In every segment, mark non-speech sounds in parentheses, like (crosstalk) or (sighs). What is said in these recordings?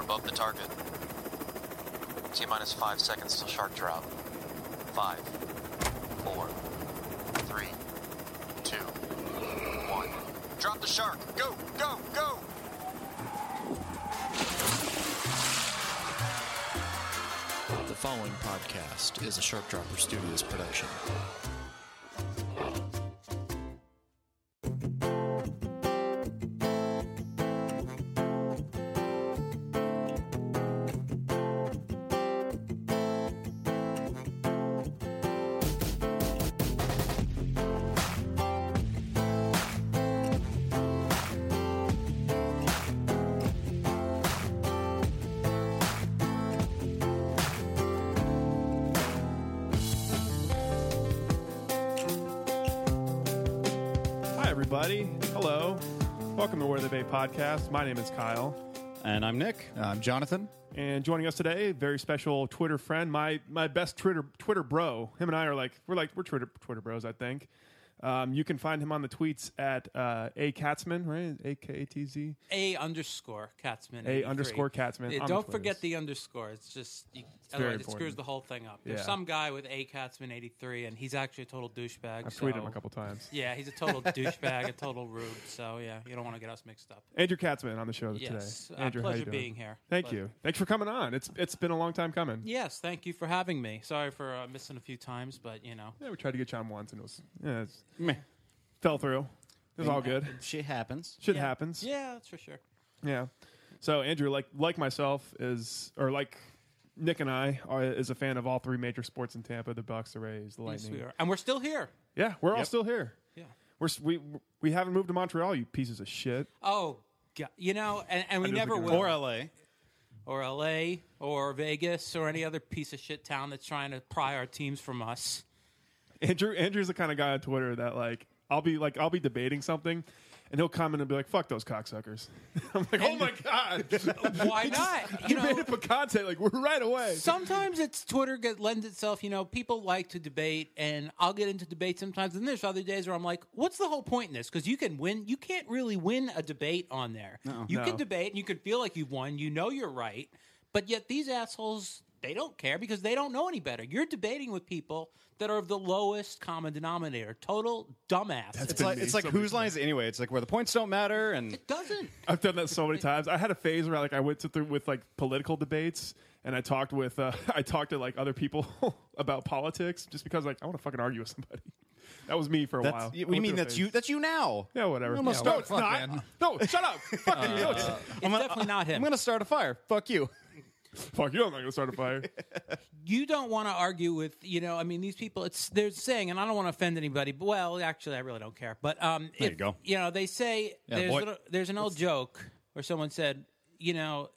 above the target. T minus five seconds till shark drop. Five, four, three, two, one. Drop the shark. Go, go, go! The following podcast is a Shark Dropper Studios production. Hi, everybody. Hello. Welcome to Where the Bay podcast. My name is Kyle. And I'm Nick. Uh, I'm Jonathan. And joining us today, very special Twitter friend, my my best Twitter Twitter bro. Him and I are like we're like we're Twitter Twitter bros, I think. Um, you can find him on the tweets at uh, a Katzman, right? A K A T Z. A underscore Katzman. A 83. underscore Katzman Yeah, on the don't Twitters. forget the underscore. It's just you, very otherwise it important. screws the whole thing up. There's Yeah. some guy with A Katzman eighty three, and he's actually a total douchebag. I've so- tweeted him a couple (laughs) times. Yeah, he's a total (laughs) douchebag, a total rube. So yeah, you don't want to get us mixed up. Andrew Katzman on the show Yes, today. uh, Andrew, how pleasure you doing? being here. Thank Pleasure. you. Thanks for coming on. It's it's been a long time coming. Yes, thank you for having me. Sorry for uh, missing a few times, but you know, Yeah, we tried to get you on once, and it was yeah, it's, Meh. fell through. It was all good. Shit happens. Shit Yeah. happens. yeah, that's for sure. Yeah. So Andrew, like like myself, is or like Nick and I are, is a fan of all three major sports in Tampa: the Bucks, the Rays, the Yes, Lightning. we are, and we're still here. Yeah, we're all still here. Yeah. We're s- we we haven't moved to Montreal, you pieces of shit. Oh, God. you know, and, and we don't never think will. you're- Or LA. or LA or Vegas or any other piece of shit town that's trying to pry our teams (laughs) from us. Andrew Andrew's the kind of guy on Twitter that like I'll be like I'll be debating something, and he'll comment and be like, "Fuck those cocksuckers." (laughs) I'm like, "Oh my god!" (laughs) Why not? You Made know, up a content like we're right away. sometimes it's Twitter get, lends itself. You know, people like to debate, and I'll get into debate sometimes. And there's other days where I'm like, "What's the whole point in this?" Because you can win, you can't really win a debate on there. You No. can debate, and you can feel like you've won. You know you're right, but yet these assholes. They don't care because they don't know any better. You're debating with people that are of the lowest common denominator, total dumbass. It's like, me it's like so whose lines anyway? It's like where the points don't matter. And it doesn't. I've done that so many times. I had a phase where like I went to through with like political debates and I talked with uh, (laughs) I talked to like other people (laughs) about politics just because like I want to fucking argue with somebody. (laughs) That was me for a that's, while. I what do you went mean through a that's phase. you? That's you now. Yeah, whatever. I'm gonna Yeah, start no, a it's not. No, shut up. Fucking (laughs) no, it's- Uh, It's definitely not him. I'm going to start a fire. Fuck you. fuck you. I'm not gonna start a fire. you don't want to argue with you know i mean these people it's they're saying and i don't want to offend anybody but well actually i really don't care but um There if- you go. you know they say there's, boy. little, there's an old joke where someone said you know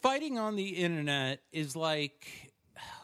fighting on the internet is like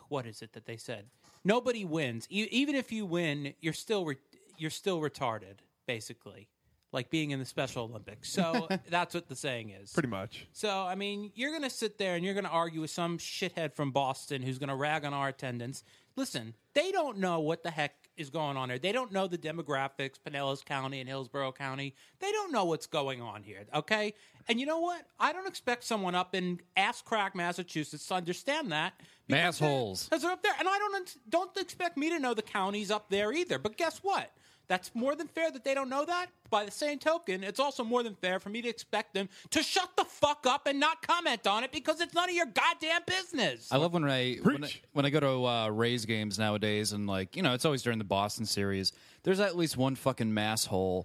what is it that they said nobody wins e- even if you win you're still re- you're still retarded basically like being in the special (laughs) olympics so that's what the saying is Pretty much. so, I mean, you're going to sit there and you're going to argue with some shithead from Boston who's going to rag on our attendance. Listen, they don't know what the heck is going on here. They don't know the demographics, Pinellas County and Hillsborough County. They don't know what's going on here, okay? And you know what? I don't expect someone up in ass crack Massachusetts to understand that. because they're- Massholes. Because they're up there. And I don't, don't expect me to know the counties up there either. But guess what? That's more than fair that they don't know that. By the same token, it's also more than fair for me to expect them to shut the fuck up and not comment on it because it's none of your goddamn business. I love when I when I, Preach. when I go to uh, Rays games nowadays, and like you know, it's always during the Boston series. There's at least one fucking masshole.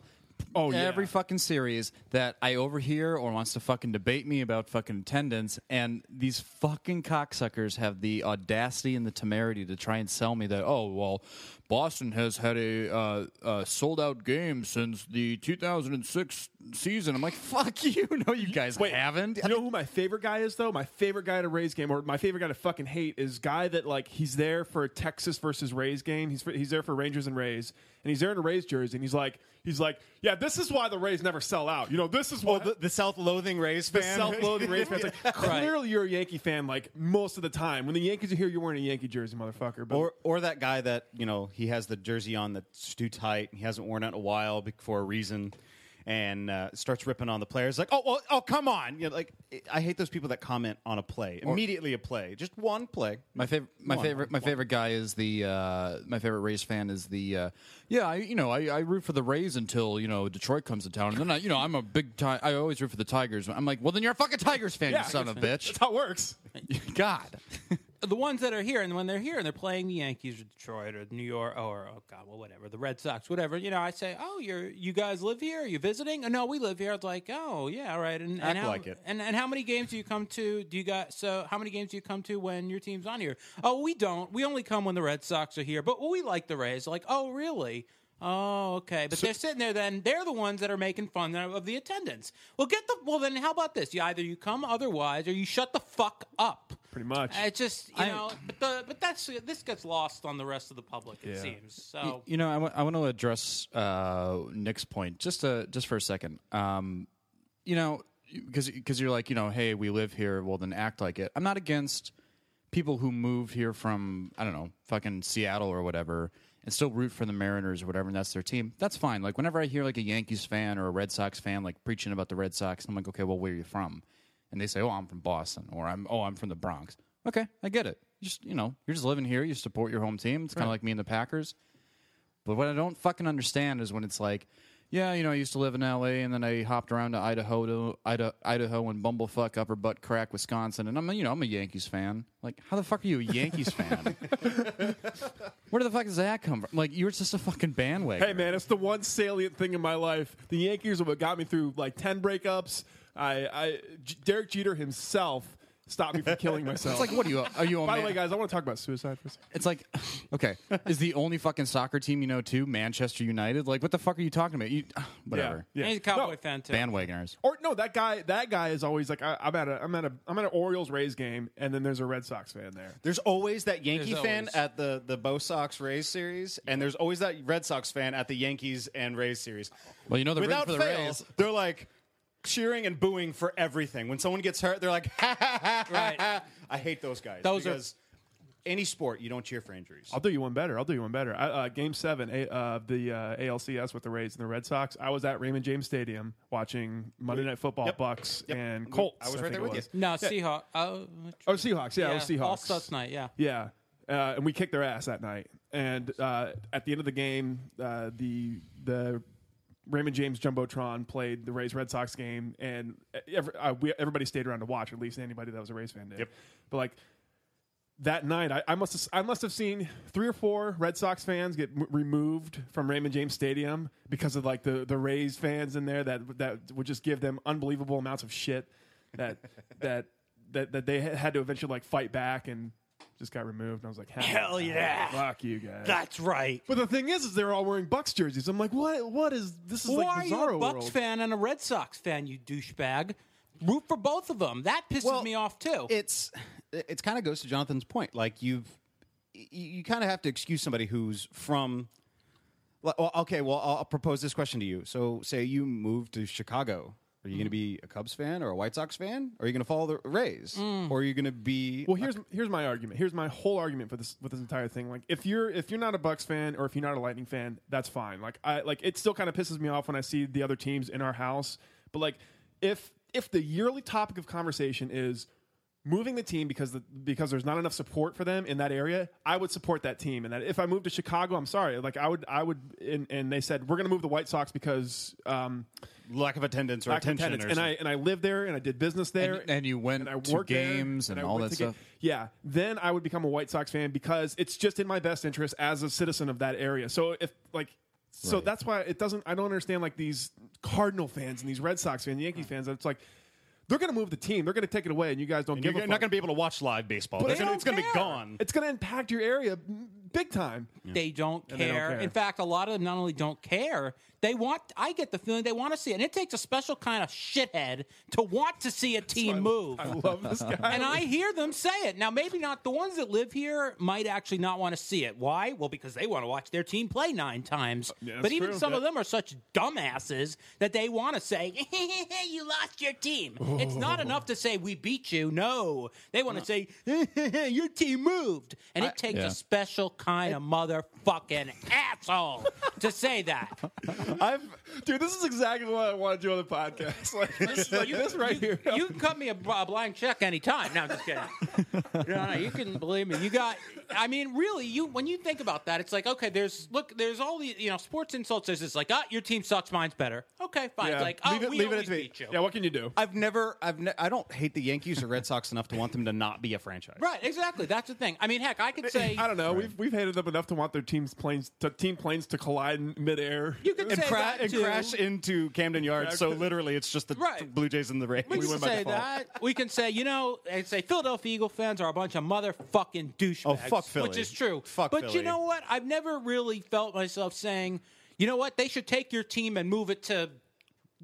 Oh, yeah. every fucking series that I overhear or wants to fucking debate me about fucking attendance, and these fucking cocksuckers have the audacity and the temerity to try and sell me that oh well, Boston has had a uh, uh, sold out game since the 2006 season. I'm like fuck you, (laughs) no, you guys haven't. You know who my favorite guy is though? My favorite guy to Rays game, or my favorite guy to fucking hate is guy that like he's there for a Texas versus Rays game. He's he's there for Rangers and Rays, and he's there in a Rays jersey, and he's like he's like, yeah, this is why the Rays never sell out. You know, this is why The, the self-loathing Rays (laughs) the fan. self-loathing Rays fans. Like, Clearly, you're a Yankee fan. Like most of the time, when the Yankees are here, you're wearing a Yankee jersey, motherfucker. But Or, or that guy that you know he has the jersey on that's too tight. and He hasn't worn it in a while be- for a reason, and uh, starts ripping on the players. Like, oh, well, oh, come on! You know, like, I hate those people that comment on a play immediately. A play, just one play. My favorite, my Come on, favorite, my favorite guy is the uh, my favorite Rays fan is the uh, yeah. I you know I, I root for the Rays until you know Detroit comes to town, and then I you know I'm a big ti- I always root for the Tigers. I'm like, well then you're a fucking Tigers fan, Yeah, you son (laughs) of a bitch. That's how it works. God, the ones that are here, and when they're here and they're playing the Yankees or Detroit or New York or oh god, well whatever the Red Sox, whatever. You know, I say, oh, you're you guys live here? Are you visiting? Oh, no, we live here. It's like, oh yeah, all right. And, Act and how, like it. And and how many games do you come to? Do you got so how many games do you come to when your team's on here? Oh, we don't. We only come when the Red Sox are here. But we like the Rays. Like, oh really? Oh, okay. But they're sitting there. Then they're the ones that are making fun of the attendance. Well, get the well. Then how about this? You either you come otherwise, or you shut the fuck up. Pretty much. It's just you know, but the but that's this gets lost on the rest of the public. It seems so. you know I want to address uh, Nick's point just uh just for a second. Um, you know because because you're like you know hey we live here, well then act like it. I'm not against people who moved here from I don't know fucking Seattle or whatever and still root for the Mariners or whatever, and that's their team. That's fine. Like whenever I hear like a Yankees fan or a Red Sox fan like preaching about the Red Sox, I'm like, okay, well where are you from? And they say, oh, I'm from Boston, or I'm oh, I'm from the Bronx. Okay, I get it. Just you know, you're just living here. You support your home team. It's kind of like me and the Packers. But what I don't fucking understand is when it's like, yeah, you know, I used to live in L.A. and then I hopped around to Idaho, to Idaho, Idaho and bumblefuck upper butt crack Wisconsin, and I'm a, you know I'm a Yankees fan. Like, how the fuck are you a Yankees (laughs) fan? Where the fuck does that come from? Like, you're just a fucking bandwagon. Hey man, it's the one salient thing in my life. The Yankees are what got me through like ten breakups. I, I J- Derek Jeter himself stopped me from (laughs) killing myself. It's like, what are you? Are you? A By man- the way, guys, I want to talk about suicide for a second. It's like, okay, is the only fucking soccer team you know too Manchester United? Like, what the fuck are you talking about? You, ah, whatever. Yeah. And he's a cowboy No. fan too. Bandwagoners. Or no, that guy. That guy is always like, I, I'm at a, I'm at a, I'm at an Orioles Rays game, and then there's a Red Sox fan there. There's always that Yankee There's fan always. at the the Bo Sox Rays series, and there's always that Red Sox fan at the Yankees and Rays series. Well, you know they're without rooting for the fail, Rays. they're like cheering and booing for everything. When someone gets hurt, they're like, (laughs) ha ha ha ha. ha. Right. I hate those guys. Those are- because any sport, you don't cheer for injuries. I'll do you one better. I'll do you one better. I, uh, game seven a, uh, the uh, ALCS with the Rays and the Red Sox. I was at Raymond James Stadium watching Monday Night Football, Yep. Bucks Yep. and Colts. I was right think there it with you. No, Seahawk. Oh, Oh, Seahawks. Yeah, it was Seahawks. All Stars night. Yeah. Yeah, uh, and we kicked their ass that night. And uh, at the end of the game, uh, the the Raymond James jumbotron played the Rays Red Sox game, and every, uh, we, everybody stayed around to watch. At least anybody that was a Rays fan did. Yep. But like that night, I, I must have, I must have seen three or four Red Sox fans get m- removed from Raymond James Stadium because of like the the Rays fans in there that that would just give them unbelievable amounts of shit that (laughs) that that that they had to eventually like fight back and just got removed. And I was like, hell yeah, fuck you guys. That's right. but the thing is, is they're all wearing Bucks jerseys. I'm like, what? What is this? Is Why like are you a bizarro Bucks world. fan and a Red Sox fan? You douchebag. Root for both of them. That pisses Well, me off too. it's it's kind of goes to Jonathan's point. Like you've you, you kind of have to excuse somebody who's from. Like, Well, okay, well, I'll, I'll propose this question to you. So, say you move to Chicago, are you going Mm. to be a Cubs fan or a White Sox fan? Or are you going to follow the Rays? Mm. Or are you going to be? Well, here's here's my argument. Here's my whole argument for this with this entire thing. Like, if you're if you're not a Bucks fan or if you're not a Lightning fan, that's fine. Like, I like it still kind of pisses me off when I see the other teams in our house. But like, if if the yearly topic of conversation is moving the team because the, because there's not enough support for them in that area, I would support that team. And that if I moved to Chicago, I'm sorry, like I would I would and, and they said we're going to move the White Sox because um, lack of attendance or lack of attendance. And I and I lived there and I did business there And- and you went to worked there, games and I all went that to ga- stuff? yeah, then I would become a White Sox fan because it's just in my best interest as a citizen of that area. So if like. So that's why it doesn't. I don't understand like these Cardinal fans and these Red Sox fans, Yankee fans. It's like they're going to move the team. They're going to take it away, and you guys don't you're give not a going fuck. to be able to watch live baseball. They're they gonna- don't it's going to be care. gone. It's going to impact your area big time. (laughs) They don't, care. they don't care. In fact, a lot of them not only don't care, they want. I get the feeling they want to see it, and it takes a special kind of shithead to want to see a team move. I love this guy. (laughs) and I hear them say it. Now, maybe not the ones that live here might actually not want to see it. Why? Well, because they want to watch their team play nine times. that's but even true. some of Uh, Yeah. them are such dumbasses that they want to say, (laughs) "You lost your team." It's Oh. not enough to say we (laughs) beat you. No, they want to say your team moved, and it takes Yeah. a special kind of motherfucking asshole to (laughs) say that. I've, dude, this is exactly what I want to do on the (laughs) podcast. Like (laughs) this, like, this right here. You can cut me a, bl- a blank check anytime. No, I'm just kidding. (laughs) No, no, you can believe me. You got. I mean, really, you when you think about that, it's like okay, there's look, there's all the you know sports insults. There's this like, ah, your team sucks, mine's better. Okay, fine. Yeah, It's like, oh, leave it- we leave it always at me. beat you. yeah, what can you do? I've never, I've, ne- I don't hate the Yankees or Red Sox enough to want them to not be a franchise. Right, exactly. That's the thing. I mean, heck, I could say I don't know. We've we've hated them enough to want their team's planes, to, team planes to collide in midair. you could And, say cra- that and too. crash into Camden Yards. So literally, it's just the Right. Blue Jays and the Rays. We, can say that. We can say, you know, and say Philadelphia Eagle fans are a bunch of motherfucking douchebags. Oh, fuck Philly. Which is true. Fuck but Philly. you know what? I've never really felt myself saying, you know what? They should take your team and move it to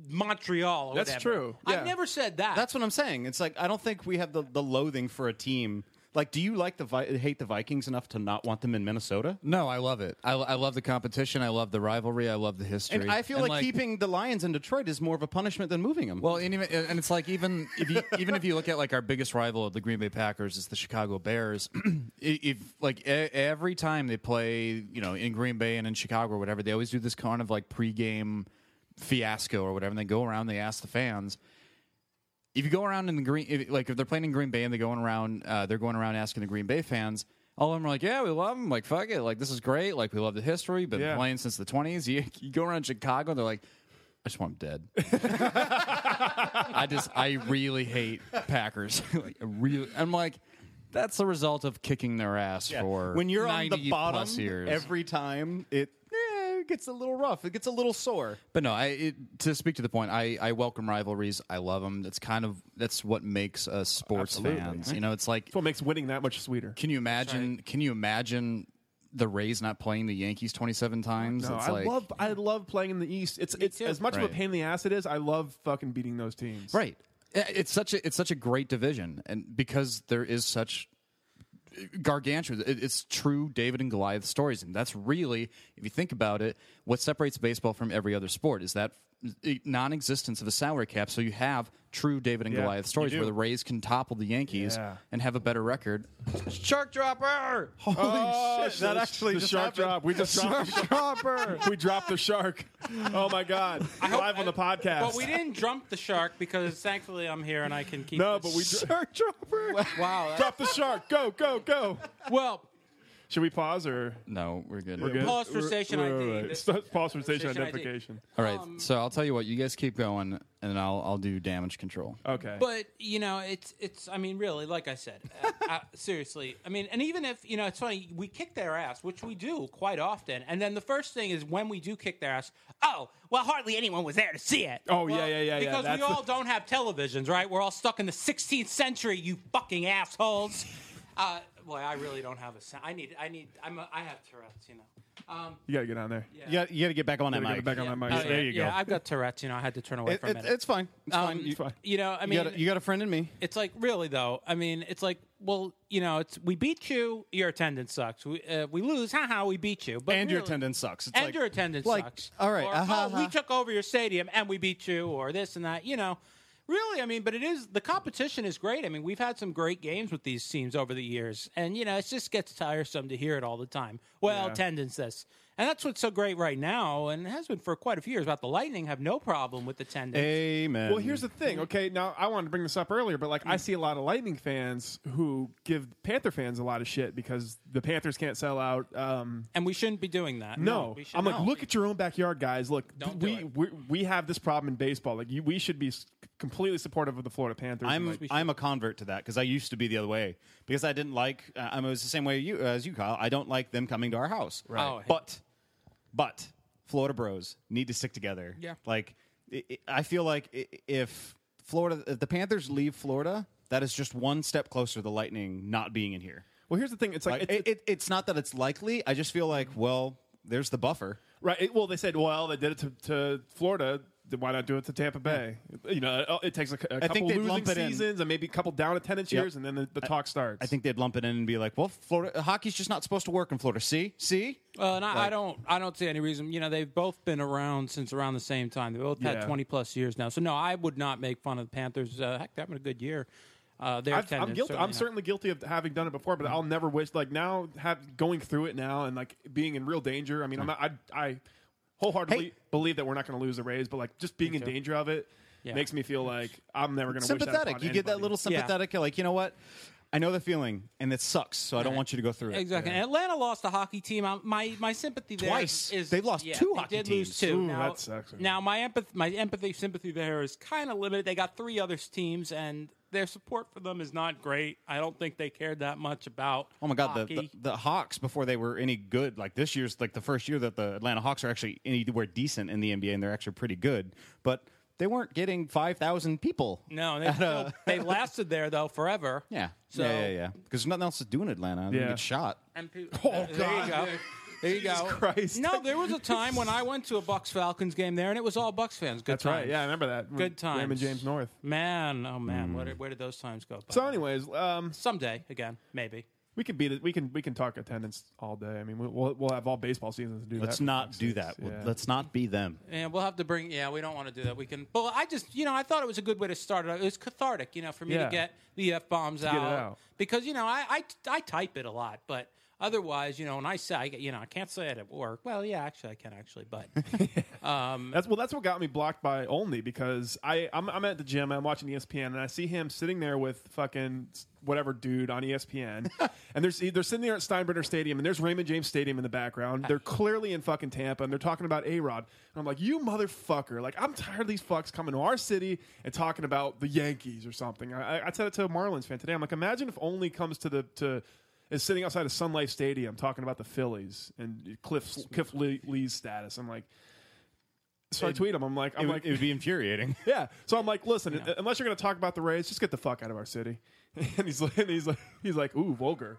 Montreal. Or That's whatever. true. Yeah. I've never said that. That's what I'm saying. It's like I don't think we have the, the loathing for a team. Like, do you like the Vi- hate the Vikings enough to not want them in Minnesota? No, I love it. I, I love the competition. I love the rivalry. I love the history. And I feel like, keeping the Lions in Detroit is more of a punishment than moving them. Well, and even and it's like even if you, even if you look at like our biggest rival, the Green Bay Packers, is the Chicago Bears. (clears throat) I- if like e- every time they play, you know, in Green Bay and in Chicago or whatever, they always do this kind of like pregame fiasco or whatever, and they go around, they ask the fans. If you go around in the green, if, like if they're playing in Green Bay and they're going around, uh, they're going around asking the Green Bay fans. All of them are like, yeah, we love them. Like, fuck it. Like, this is great. Like, we love the history. Been Yeah. playing since the 20s. (laughs) You, you go around Chicago, they're like, I just want them dead. I just I really hate Packers. (laughs) like, I really, I'm like, that's the result of kicking their ass Yeah. for when you're on 90 the bottom plus years. every time, it, eh, it gets a little rough. It gets a little sore. but no, I it, to speak to the point, I I welcome rivalries. I love them. That's kind of that's what makes us sports Absolutely. fans. You know, it's like That's what makes winning that much sweeter. can you imagine? Can you imagine the Rays not playing the Yankees 27 times? No, it's I like love I love playing in the East. It's it's too. as much of Right. a pain in the ass it is. I love fucking beating those teams. Right. I- It's such a it's such a great division, and because there is such uh, gargantuan, it- it's true David and Goliath stories, and that's really, if you think about it, what separates baseball from every other sport is that uh, non-existence of a salary cap. So you have true David and Yeah, Goliath stories you do. where the Rays can topple the Yankees Yeah. and have a better record. Shark dropper. Holy Oh, shit, That the- actually the just shark happened. drop. We (laughs) just dropped the dropper. (laughs) we dropped the shark. Oh my god! I hope- Live on the podcast. But we didn't jump the shark because thankfully I'm here and I can keep. No, this- but we shark dropper. (laughs) Wow. that- Drop the shark. Go go go. well, Should we pause or No, we're good. we're good? Pause for We're- station we're- ID. we're- This- Stop- (laughs) Pause for station Station ID. identification. All right. so I'll tell you what. You guys keep going, and I'll I'll do damage control. Okay. But you know, it's it's. I mean, really, like I said, uh, uh, seriously. I mean, and even if you know, it's funny. We kick their ass, which we do quite often. And then the first thing is when we do kick their ass. Oh well, hardly anyone was there to see it. Oh, Well, yeah, yeah, yeah, yeah, Because that's we the- all don't have televisions, right? We're all stuck in the 16th century. You fucking assholes. Uh, boy, I really don't have a sound. I need. I need. I'm. A, I have Tourette's. You know. you gotta get on there. You got you to get back on that Gotta get back mic. on that mic. Oh, So yeah, there you go. Yeah, I've got Tourette's. You know, I had to turn away It- for a it- minute. it's fine. It's Um, fine. You, It's fine. You know, I you mean, got a, you got a friend in me. it's like really though. I mean, it's like well, you know, it's we beat you. Your attendance sucks. We uh, we lose. Haha, we beat you. But and your really- attendance sucks. It's And like, your attendance like, sucks. All right, uh, Or, aha, oh, we aha. took over your stadium and we beat you, or this and that. You know, really, I mean, but it is the competition is great. I mean, we've had some great games with these teams over the years, and you know, it just gets tiresome to hear it all the time. Well, attendance this, and that's what's so great right now, and has been for quite a few years. About the Lightning have no problem with attendance. Amen. Well, here's the thing. Okay, now I wanted to bring this up earlier, but like I see a lot of Lightning fans who give Panther fans a lot of shit because the Panthers can't sell out. Um, and we shouldn't be doing that. no, we should I'm like, not. look at your own backyard, guys. Look, Don't do we, it. we we have this problem in baseball. Like, you, we should be s- completely supportive of the Florida Panthers. And, I'm like, I'm a convert to that because I used to be the other way because I didn't like uh, I was the same way you as you Kyle. I don't like them coming to our house. Right. Oh, hey. but but Florida Bros need to stick together. Yeah. Like i i I feel like i- if Florida if the Panthers leave Florida, that is just one step closer to the Lightning not being in here. well, here's the thing. It's like, Like it's, it, it, it's not that it's likely. I just feel like well, there's the buffer. right? it- well, they said, well, they did it to, to Florida. then Why not do it to Tampa Bay? You know, it- it takes a, c- a couple think they'd losing lump it in. seasons and maybe a couple down attendance Yep. years, and then the, the talk starts. I think they'd lump it in and be like, well, Florida uh, hockey's just not supposed to work in Florida. See, see, Well, Uh, and I, I don't, I don't see any reason. You know, they've both been around since around the same time. They both Yeah. had twenty plus years now. So no, I would not make fun of the Panthers. Uh, heck, they're having a good year. uh, their I've, attendance. I'm guilty. I'm certainly guilty of having done it before, Mm-hmm. but I'll never wish like now have going through it now and like being in real danger. I mean, I'm not. I, I wholeheartedly Hey. believe that we're not going to lose the Rays, but like just being in danger of it Yeah. makes me feel like I'm never going to sympathetic. You get that little Yeah. sympathetic, like you know what? I know the feeling, and it sucks. So I don't Yeah. want you to go through it. Exactly. And Atlanta lost a hockey team. I'm- my my sympathy there Twice. is They've lost two they hockey did lose teams. two. Ooh, now, that sucks. Now my empathy, my empathy, sympathy there is kind of limited. They got three other teams, and their support for them is not great. I don't think they cared that much about. Oh my God, the, hockey. the the Hawks before they were any good. Like this year's like the first year that the Atlanta Hawks are actually anywhere decent in the NBA, and they're actually pretty good. But they weren't getting five thousand people. (laughs) no, they, still, they lasted there though forever. uh, Yeah. So- yeah, yeah, yeah. Because there's nothing else to do in Atlanta. Yeah. Yeah. get shot. (laughs) And pe- oh there God. you go. There you Jesus go. Christ. No, there was a time when I went to a Bucks Falcons game there, and it was all Bucks fans. Good That's right. times. Yeah, I remember that. Good times. Raymond James North. Hmm. Man, oh man, where, did, where did those times go? by? So, anyways, um, someday again, maybe. we can beat it. We can we can talk attendance all day. I mean, we'll- we'll we'll have all baseball seasons to do that. Let's for not fuck's do sakes. that. Yeah. Let's not be them. And we'll have to bring. Yeah, we don't want to do that. We can. But I just, you know, I thought it was a good way to start it. It was cathartic, you know, for me Yeah. to get the f bombs out, get it out. because you know I, I I type it a lot, but otherwise, you know, and I say, I, get- you know, I can't say it at work. Well, yeah, actually, I can actually, (laughs) but That's well. That's what got me blocked by Olney because I I'm, I'm at the gym. I'm watching E ESPN and I see him sitting there with fucking whatever dude on E ESPN, and there's they're sitting there at Steinbrenner Stadium and there's Raymond James Stadium in the background. They're clearly in fucking Tampa and they're talking about A Rod. And I'm like, you motherfucker! Like I'm tired of these fucks coming to our city and talking about the Yankees or something. I, I- I said it to a Marlins fan today. I'm like, imagine if Olney comes to the to is sitting outside of Sun Life Stadium talking about the Phillies and Cliff Cliff Lee, Lee's status. I'm like. So I tweet him. I'm like, I'm It, like, would, it would (laughs) be infuriating. yeah. So I'm like, listen, unless you're gonna talk about the Rays, just get the fuck out of our city. (laughs) And he's like, and he's like, he's like, ooh, vulgar.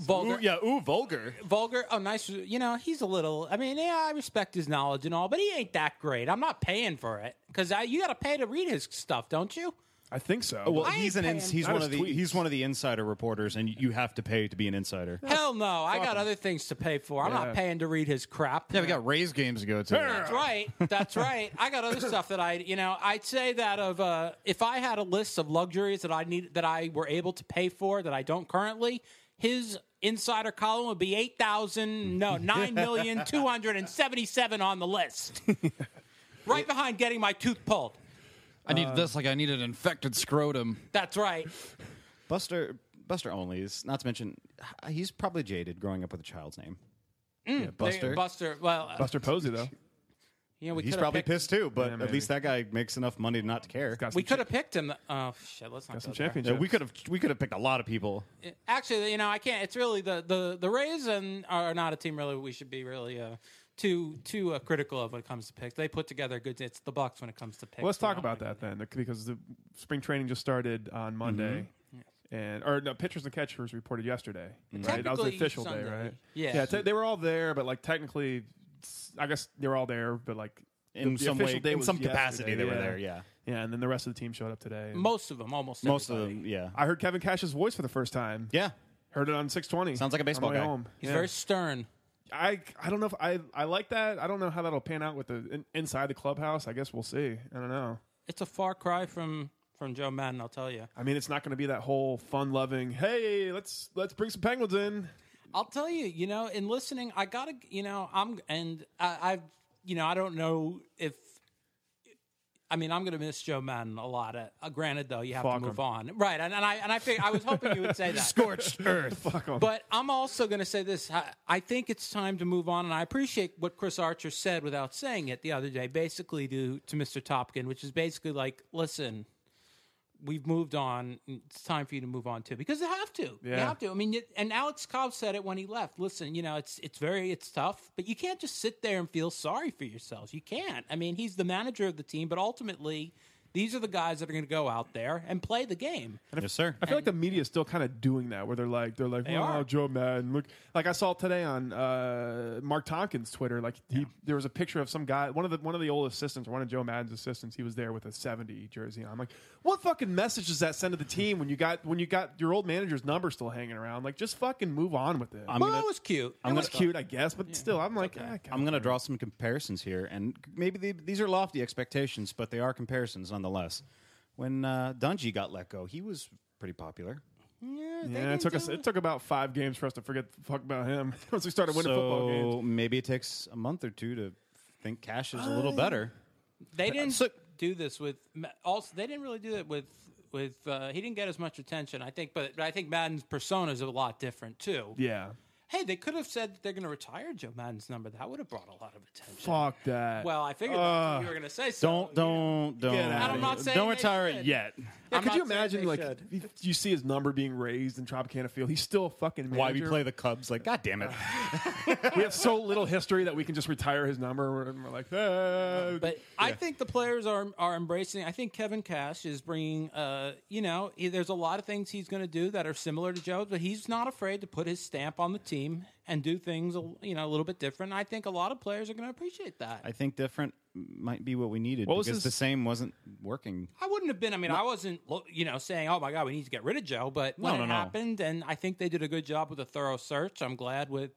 vulgar. yeah, ooh, vulgar. Vulgar. Oh, nice. You know, he's a little. I mean, yeah, I respect his knowledge and all, but he ain't that great. I'm not paying for it because you got to pay to read his stuff, don't you? I think so. Oh, Well, I he's an ain't ins- paying- he's Not one his of the tweets. he's one of the insider reporters, and you have to pay to be an insider. Hell no. I got other things to pay for. I'm Yeah. not paying to read his crap. Yeah, we got Rays games to go to. That's right. That's right. I got other stuff that I, you know, I'd say that of uh, if I had a list of luxuries that I need that I were able to pay for that I don't currently, his insider column would be eight thousand, no, nine million two hundred and seventy-seven on the list, right behind getting my tooth pulled. I needed this like I needed infected scrotum. That's right. Buster Buster only is not to mention he's probably jaded growing up with a child's name. Mm, yeah, Buster. Buster. Well, uh, Buster Posey (laughs) though. you know, we He's coulda probably picked, pissed too, but at maybe. least that guy makes enough money not to care. Got some We cha- could have picked him. Oh shit! Let's not got go some there. Yeah, championships. we could have we could have picked a lot of people. actually, you know, I can't. It's really the the the Rays and are not a team really we should be really uh, too too uh, critical of when it comes to picks. They put together a good. It's the Bucks when it comes to picks. Well, let's talk about that then, because the spring training just started Mm-hmm. on Monday. And or no, pitchers and catchers reported yesterday. Right, that was the Technically official day, Sunday. right? Yeah. yeah. Te- they were all there, but like technically, s- I guess they were all there, but like In the some official way, day in was some capacity, yesterday, they were yeah. there. Yeah, yeah. And then the rest of the team showed up today. and- Most of them, almost most of everybody. them. Yeah, I heard Kevin Cash's voice for the first time. yeah. Heard it on 620. Sounds like a baseball on the way guy. Home. He's Yeah. very stern. I I don't know if I I like that. I don't know how that'll pan out with the in, inside the clubhouse. I guess we'll see. I don't know. It's a far cry from from Joe Madden. I'll tell you. I mean, it's not going to be that whole fun-loving. Hey, let's let's bring some penguins in. (laughs) I'll tell you, you know, in listening, I gotta, you know, I'm, and I, I've, you know, I don't know if, I mean, I'm gonna miss Joe Madden a lot. Uh, granted, though, you have Fuck to move him. on, right? And, and I, and I figured, I was hoping (laughs) you would say that. Scorched earth. Fuck 'em. But I'm also going to say this. I, I think it's time to move on, and I appreciate what Chris Archer said without saying it the other day, basically to, to Mr. Topkin, which is basically like, listen, we've moved on. It's time for you to move on too, because they have to. They Yeah. have to. I mean, it, and Alex Cobb said it when he left. Listen, you know, it's it's very it's tough, but you can't just sit there and feel sorry for yourselves. You can't. I mean, he's the manager of the team, but ultimately. These are the guys that are going to go out there and play the game. yes, sir. I feel like the media is still kind of doing that, where they're like, they're like, They "Wow, are. Joe Madden, look." Like I saw today on uh, Mark Tompkins' Twitter, like he there was a picture of some guy, one of the one of the old assistants, one of Joe Madden's assistants. He was there with a seventy jersey on. I'm like, what fucking message does that send to the team when you got when you got your old manager's number still hanging around? Like, just fucking move on with it. I'm well, gonna- that was cute. It was cute, I guess, but still, I'm like, ah, God. I'm going to draw some comparisons here, and maybe they, these are lofty expectations, but they are comparisons nonetheless. When uh, Dungy got let go, he was pretty popular. Yeah, they Yeah, it didn't took us. do- It took about five games for us to forget the fuck about him (laughs) once we started winning football games. So maybe it takes a month or two to think cash is a little better. They didn't uh, so- do this with Ma- also. They didn't really do it with with. Uh, he didn't get as much attention, I think. But, but I think Madden's persona is a lot different too. Yeah, Hey, they could have said that they're going to retire Joe Madden's number. That would have brought a lot of attention. fuck that. Well, I figured that's what you were going to say. So. Don't don't don't. Get outta And I'm not saying don't they retire should. it yet. Yeah, I'm could not you saying imagine they like should. you- you see his number being raised in Tropicana Field? He's still a fucking. Manager. Why we play the Cubs? Like, god (laughs) damn it! We have so little history that we can just retire his number, and we're like, "Ah." But I think the players are are embracing. I think Kevin Cash is bringing. Uh, you know, he, there's a lot of things he's going to do that are similar to Joe's, but he's not afraid to put his stamp on the team and do things. You know, a little bit different. I think a lot of players are going to appreciate that. I think different might be what we needed was because his- the same wasn't working. I wouldn't have been. I mean, I wasn't, lo- you know, saying, "Oh my God, we need to get rid of Joe." But when no, it no. happened, and I think they did a good job with a thorough search. I'm glad with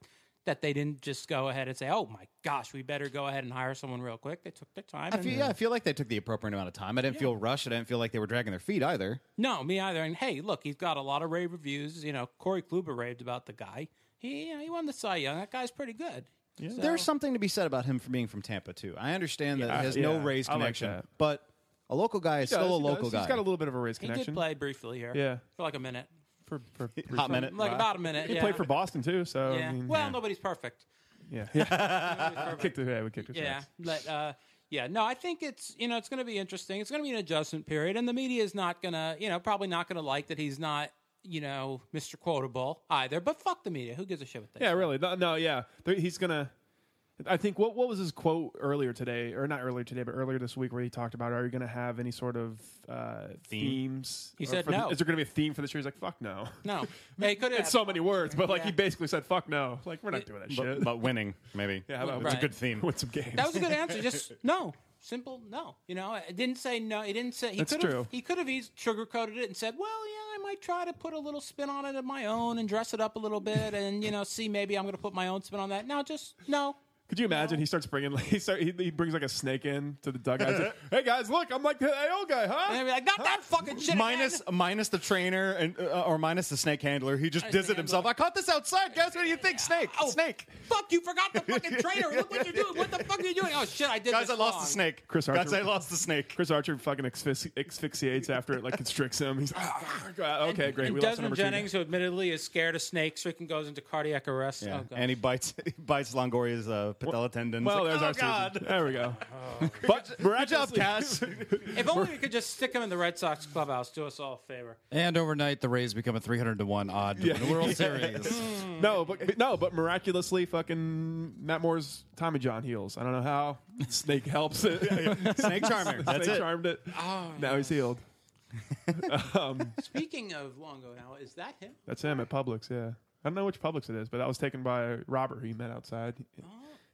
that they didn't just go ahead and say, "Oh my gosh, we better go ahead and hire someone real quick." They took their time. I and- feel, yeah, I feel like they took the appropriate amount of time. I didn't feel rushed. I didn't feel like they were dragging their feet either. No, me either. And hey, look, he's got a lot of rave reviews. You know, Corey Kluber raved about the guy. He you know, he won the Cy Young. That guy's pretty good. So- There's something to be said about him for being from Tampa too. I understand that he has no yeah, Rays I like connection, that. but a local guy is He does, still a he local does. guy. He's got a little bit of a race He connection. did play briefly here. Yeah. for like a minute, for, for hot minute. like about a minute. He yeah. played for Boston too, so Yeah. I mean, well, yeah. nobody's perfect. yeah, yeah. (laughs) kicked his, yeah, we kicked his Yeah, ass. but uh, yeah, no, I think it's you know it's going to be interesting. It's going to be an adjustment period, and the media is not going to you know probably not going to like that he's not you know Mr. Quotable either. But fuck the media. Who gives a shit what they? Yeah, really. No, no yeah. Th- He's gonna. I think what what was his quote earlier today, or not earlier today, but earlier this week, where he talked about are you going to have any sort of uh, themes? He Or said for the- no. is there going to be a theme for this year? He's like, fuck no. No, they could have. It's so many words, but like Yeah. he basically said, fuck no. Like we're not doing that shit. but, but winning maybe. yeah, how about Right. good theme. (laughs) with some games. that was a good answer. Just no, simple no. You know, it didn't say no. It didn't say he That's could have. true. He could have eas- sugarcoated it and said, well, yeah, I might try to put a little spin on it of my own and dress it up a little bit, and you know, see maybe I'm going to put my own spin on that. No, just no. Could you imagine? He starts bringing like, he, start, he, he brings like a snake in to the dugout. He's (laughs) like, hey guys, look, I'm like the old guy, And they'd huh? be like, not that fucking shit. again. Minus minus the trainer and uh, or minus the snake handler, he just snake dizzed himself. I caught this outside, guys. What do you think, snake? Oh. Snake, Fuck, you forgot the fucking trainer. Look what you're doing. What the fuck are you doing? Oh, shit, I did guys! this I lost wrong. the snake. Chris guys, Archer- I lost the snake. Chris Archer fucking asphyxi- asphyxiates after it like constricts him. He's like, "Ah, God." okay, great. And we lost the Desmond number two Jennings, who admittedly is scared of snakes, freaking goes into cardiac arrest. Yeah. Oh, God. and he bites he bites Longoria's uh, patella tendon. Well, It's like, there's oh, our God. season. There we go. Oh. but Good job, Cass. (laughs) if only we could just stick him in the Red Sox clubhouse. Do us all a favor. And overnight, the Rays become a 300 to 1 odd to win the World Series. no, but, but no, but miraculously, fucking Matt Moore's Tommy John heals. I don't know how. Snake helps it. (laughs) snake charmer. That's Snake it. Oh, charmed it. now he's (laughs) healed. Um, Speaking of Longo now, is that him? That's him at Publix. Yeah, I don't know which Publix it is, but that was taken by Robert who you met outside.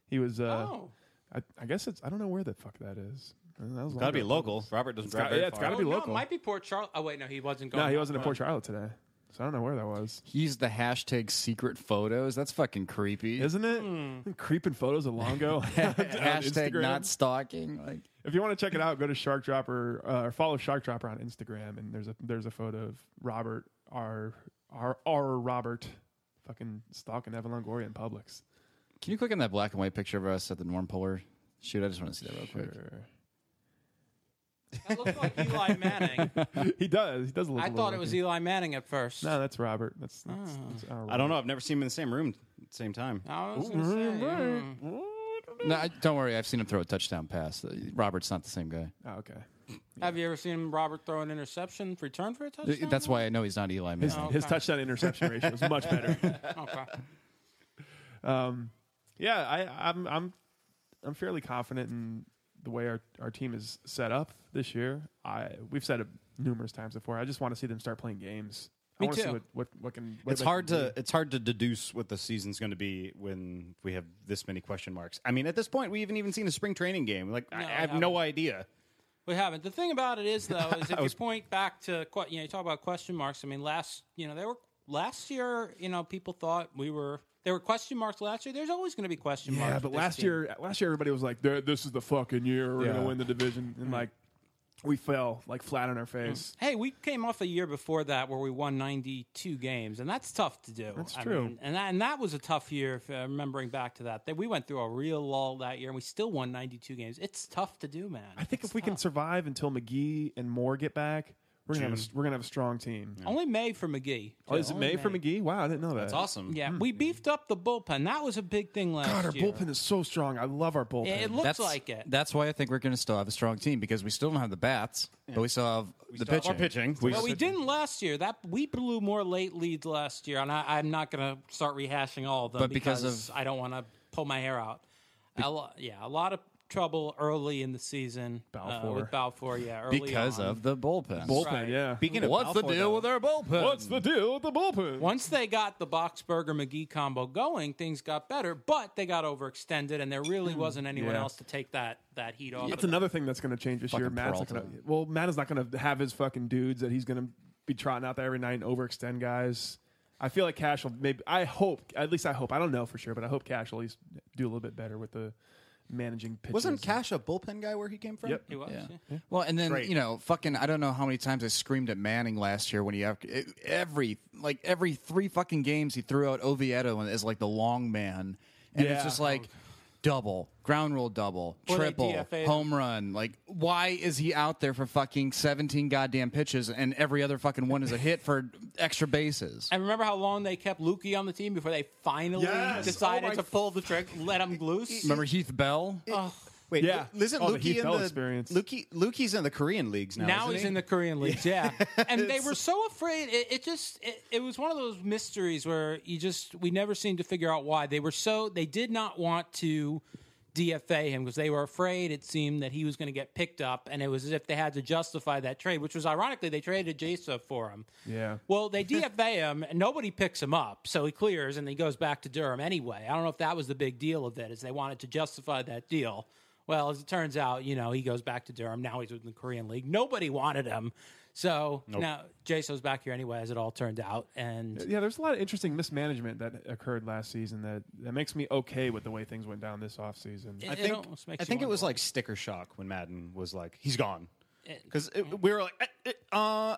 He was. Uh, Oh. I, I guess it's. I don't know where the fuck that is. Uh, That was Gotta long be ago. local. Robert doesn't drive got- very yeah, it's far. gotta Oh, be no, local. it might be Port Charlotte. Oh, wait, no, he wasn't going. No, he that wasn't in far. Port Charlotte today, so I don't know where that was. He's the hashtag secret photos. That's fucking creepy. Isn't it? Hmm. Creeping photos of (laughs) Longo. (laughs) (laughs) hashtag not stalking. Like, If you want to check it out, go to Shark Dropper uh, or follow Shark Dropper on Instagram, and there's a there's a photo of Robert R R R Robert fucking stalking Evan Longoria in Publix. can you click on that black and white picture of us at the Norm Polar? Shoot, I just want to see that real quick. That looks like (laughs) Eli Manning. he does. He does look. I a little thought it like was Oh. him. Eli Manning at first. No, that's Robert. That's, that's, that's our I don't know. I've never seen him in the same room at the same time. I was gonna say, hmm. No, I- don't worry. I've seen him throw a touchdown pass. Uh, Robert's not the same guy. Oh, okay. Have you ever seen Robert throw an interception, return for a touchdown? That's why I know he's not Eli Manning. His touchdown interception ratio is much better. Okay. yeah, I, I'm I'm I'm fairly confident in the way our, our team is set up this year. I we've said it numerous times before. I just want to see them start playing games. I Me want to see too. what, what, what can. What It's they hard can to it's hard to deduce what the season's going to be when we have this many question marks. I mean, at this point, we haven't even seen a spring training game. Like, I, No, I we have haven't. no idea. We haven't. The thing about it (laughs) is, though, is if you point back to que- you know you talk about question marks. I mean, last you know there were last year. You know, people thought we were there were question marks last year. There's always going to be question do. (laughs) marks. Yeah, with but this last team. year, last year everybody was like, "There- "This is the fucking year we're Yeah. gonna win the division," and like we fell like flat on our face. Hey, we came off a year before that where we won 92 games, and that's tough to do. That's true. and, that, and that was a tough year, if, uh, remembering back to that. That We went through a real lull that year, and we still won 92 games. It's tough to do, man. I think if we can survive until McGee and Moore get back, we're gonna have a, we're gonna have a strong team. Only May for McGee. Oh, is it Only May for McGee? Wow, I didn't know that. That's awesome. Yeah, we beefed up the bullpen. That was a big thing last Hmm. God, our year. bullpen is so strong. I love our bullpen. It, it looks like it. That's why I think we're going to still have a strong team because we still don't have the bats, but we still have the still have pitching. our pitching. We Well, we didn't last year. That we blew more late leads last year, and I, I'm not going to start rehashing all of them. But because of- I don't want to pull my hair out. A lo- yeah, a lot of trouble early in the season uh, Balfour. with Balfour. Yeah, early because on. of the bullpen. bullpen, right. yeah. Speaking of What's the Balfour, deal though, with our bullpen? What's the deal with the bullpen? Once they got the Boxberger McGee combo going, things got better, but they got overextended, and there really Hmm. wasn't anyone Yeah. else to take that that heat off. That's of them. another thing that's going to change this year. Fucking Matt's not Peralta. gonna, well, Matt is not going to have his fucking dudes that he's going to be trotting out there every night and overextend guys. I feel like Cash will maybe. I hope, at least I hope. I don't know for sure, but I hope Cash will at least do a little bit better with the managing pitches. Wasn't Cash a bullpen guy where he came from? Yep. He was, yeah. Well, and then you know, fucking, I don't know how many times I screamed at Manning last year when he every like every three fucking games he threw out Oviedo as like the long man, and Yeah. it's just like double ground rule, double Or they triple DFA 'd home run. Like, why is he out there for fucking seventeen goddamn pitches and every other fucking one is a hit for extra bases? And remember how long they kept Lukey on the team before they finally Yes. decided Oh my to pull the trick, let him loose. Remember Heath Bell? Wait, Yeah. Lu- isn't Oh, the Lukey Heath in Bell the experience. Lukey, Lukey's in the Korean leagues now. now isn't he's he? in the Korean leagues, yeah. (laughs) And they were so afraid. It, it just it, it was one of those mysteries where you just we never seemed to figure out why they were so they did not want to DFA him because they were afraid it seemed that he was going to get picked up, and it was as if they had to justify that trade, which was ironically they traded Jasa for him. Yeah. Well, they DFA him, and nobody picks him up, so he clears and he goes back to Durham anyway. I don't know if that was the big deal of it, is they wanted to justify that deal. Well, as it turns out, you know, he goes back to Durham. Now he's with the Korean League. Nobody wanted him. So now Jaso's back here anyway, as it all turned out. And Yeah, there's a lot of interesting mismanagement that occurred last season that, that makes me okay with the way things went down this offseason. it- I it think almost makes I you think it wonder was why. like sticker shock when Madden was like, "He's gone," Eh, because we were like, eh, eh, "Uh,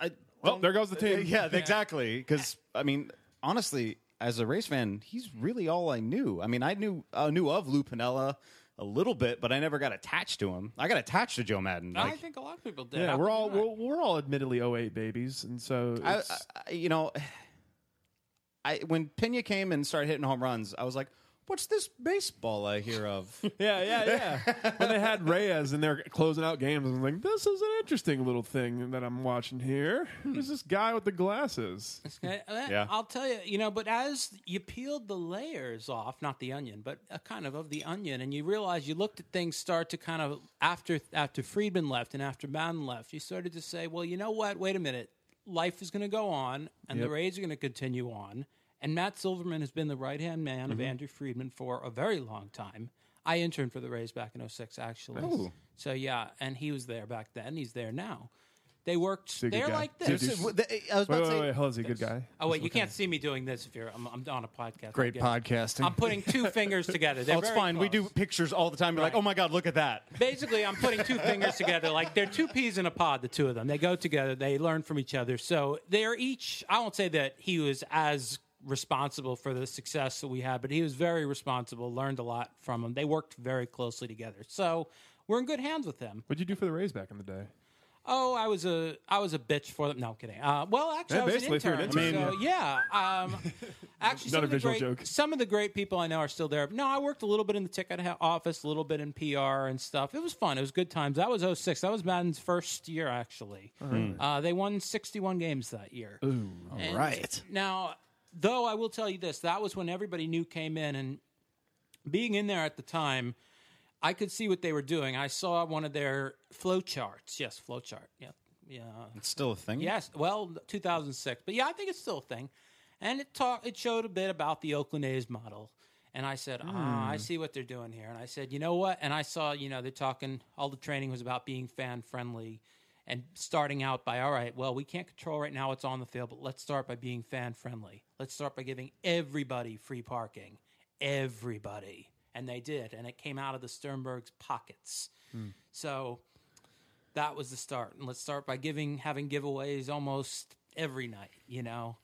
I." Well, there goes the team. (laughs) Yeah, exactly. Because I mean, honestly, as a race fan, he's really all I knew. I mean, I knew I knew of Lou Pinella a little bit, but I never got attached to him. I got attached to Joe Madden. I Like, think a lot of people did. Yeah, we're all How come we're, we're all admittedly 08 babies, and so I, it's- I, you know, (sighs) I when Pena came and started hitting home runs, I was like, "What's this baseball I hear (laughs) of?" Yeah, yeah, yeah. when they had Reyes and they're closing out games, I'm like, this is an interesting little thing that I'm watching here. There's this guy with the glasses. Okay, uh, Yeah. I'll tell you, you know, but as you peeled the layers off, not the onion, but uh kind of of the onion, and you realize you looked at things start to kind of after after Friedman left and after Madden left, you started to say, well, you know what? Wait a minute, life is going to go on, and the Rays are going to continue on, and Matt Silverman has been the right hand man of Mm-hmm. Andrew Friedman for a very long time. I interned for the Rays back in 06, actually. Oh. So yeah, and he was there back then. He's there now. They worked. a good They're guy. like Dude, this. he's- Well, the- I was about Wait, to wait, say, wait, hell, is he a good guy? Oh wait, you can't see me doing this if you're. I'm, I'm on a podcast. Great I'm getting- podcasting. I'm (laughs) putting two fingers together. They're "Oh, it's very fine. We do close. pictures all the time. You're like, Right. oh my god, look at that." Basically, I'm putting two fingers together. Like they're two peas in a pod. The two of them. They go together. They learn from each other. So they're each. I won't say that he was as responsible for the success that we had, but he was very responsible. Learned a lot from him. They worked very closely together. So we're in good hands with him. What'd you do for the Rays back in the day? Oh, I was a I was a bitch for them. No, I'm kidding. Uh, well, actually, Yeah, I was an basically, if you're intern. an intern, so, yeah. (laughs) Um, actually, some Not a of the visual great, joke. Some of the great people I know are still there. No, I worked a little bit in the ticket ha- office, a little bit in PR and stuff. It was fun. It was good times. That was 06. That was Madden's first year, actually. Uh, they won 61 games that year. Ooh, all right. Now, though, I will tell you this: that was when everybody new came in, and being in there at the time. I could see what they were doing. I saw one of their flow charts. Yes, flow chart. Yeah. Yeah. It's still a thing. Yes. Well, 2006. But yeah, I think it's still a thing. And it talked it showed a bit about the Oakland A's model. And I said, ah, I see what they're doing here. And I said, you know what? And I saw, you know, they're talking, all the training was about being fan friendly and starting out by, all right, well, we can't control right now what's on the field, but let's start by being fan friendly. Let's start by giving everybody free parking. Everybody. And they did. And it came out of the Sternberg's pockets. So that was the start. And let's start by giving having giveaways almost every night. You know.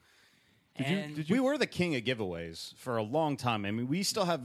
Did you- and did we were the king of giveaways for a long time. I mean, we still have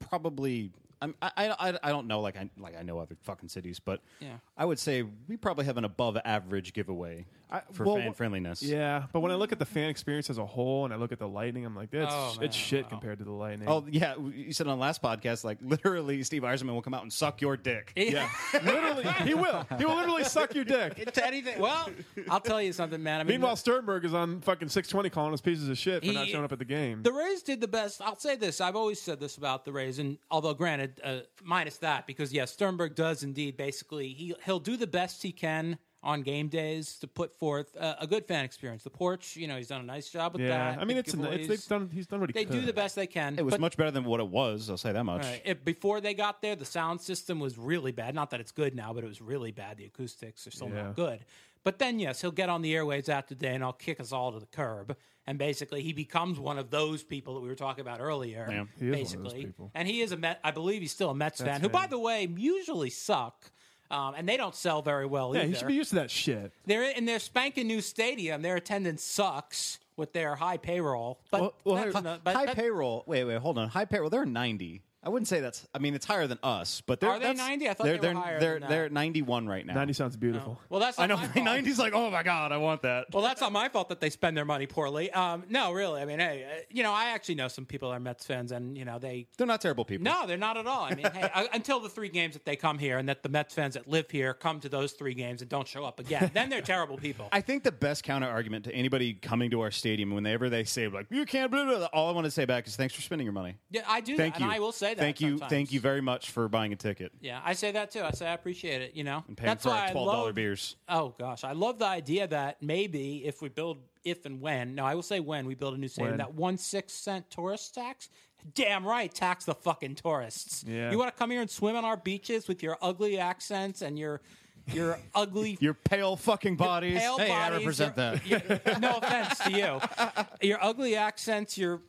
probably. I'm- I, I, I, I don't know like I like I know other fucking cities, but Yeah. I would say we probably have an above average giveaway for well, fan friendliness. Yeah, but when I look at the fan experience as a whole, and I look at the lightning, I'm like, that's Oh, man, it's shit wow. compared to the lightning. Oh yeah, you said on the last podcast like (laughs) literally Steve Eiserman will come out and suck your dick. (laughs) yeah, (laughs) literally, he will. He will literally suck your (laughs) dick. to anything. Well, I'll tell you something, man. I mean, Meanwhile, Sternberg is on fucking 620 calling us pieces of shit for not He- showing up at the game. The Rays did the best. I'll say this. I've always said this about the Rays, and although granted, uh, minus that, because yes, Sternberg does indeed basically he he'll do the best he can on game days to put forth uh, a good fan experience. The porch, you know, he's done a nice job with yeah, that. I mean, the it's, an, it's giveaways. they've done. He's done what he They do could. the best they can. It was but- much better than what it was. I'll say that much. Right. If, before they got there, the sound system was really bad. Not that it's good now, but it was really bad. The acoustics are still Yeah. not good. But then, yes, he'll get on the airwaves after day and I'll kick us all to the curb. And basically, he becomes one of those people that we were talking about earlier. He is one of those basically, people. and he is a Met. I believe he's still a Mets fan, who, by the way, usually suck. Um, and they don't sell very well Yeah, either. he should be used to that shit. they're in their spanking new stadium. Their attendance sucks with their high payroll. But Well, well, that's hi- not- but high that- payroll. Wait, wait, hold on. High payroll. They're ninety. I wouldn't say that's. I mean, it's higher than us, but they're Are they that's- 90? I thought they're, they were they're, higher They're than that. they're ninety one right now. 90 sounds beautiful. well, that's not I know. (laughs) my fault. Ninety's like, oh my god, I want that. Well, that's not my fault that they spend their money poorly. Um, no, really. I mean, hey, uh, you know, I actually know some people that are Mets fans, and you know, they They're not terrible people. no, they're not at all. I mean, hey, uh, until the three games that they come here, and that the Mets fans that live here come to those three games and don't show up again, then they're terrible people. I think the best counter argument to anybody coming to our stadium, whenever they say like, you can't, blah, blah, blah, all I want to say back is thanks for spending your money. yeah, I do. Thank that, you. And I will say that. Thank you. sometimes. Thank you very much for buying a ticket. yeah, I say that too. I say I appreciate it. You know, And paying that's for why our I twelve dollar love- beers. Oh gosh, I love the idea that maybe if we build, if and when, no, I will say when we build a new stadium, When. that one six cent tourist tax. Damn right, tax the fucking tourists. Yeah. You want to come here and swim on our beaches with your ugly accents and your your (laughs) ugly Your pale fucking bodies. pale Hey, I bodies, represent your- that. (laughs) your- no offense to you, your ugly accents, your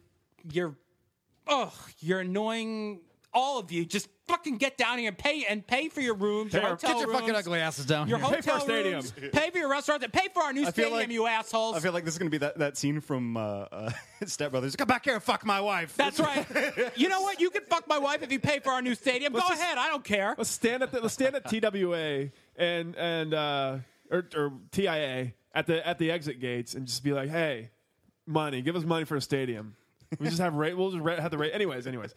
your oh, your annoying. All of you, just fucking get down here and pay and pay for your rooms, your hotel Get your fucking rooms. ugly asses down Your here. Pay for hotel our stadium. rooms, pay for your restaurants, and pay for our new feel stadium, like- you assholes. I feel like this is going to be that, that scene from uh, uh, (laughs) Step Brothers. Come back here and fuck my wife. (laughs) That's right. (laughs) you know what? You can fuck my wife if you pay for our new stadium. Go ahead. I don't care. Let's stand at the, let's stand at TWA and and uh, or, or TIA at the at the exit gates and just be like, hey, money, give us money for a stadium. We just have rate. We'll just ra- have the rate. Anyways, (laughs) anyways,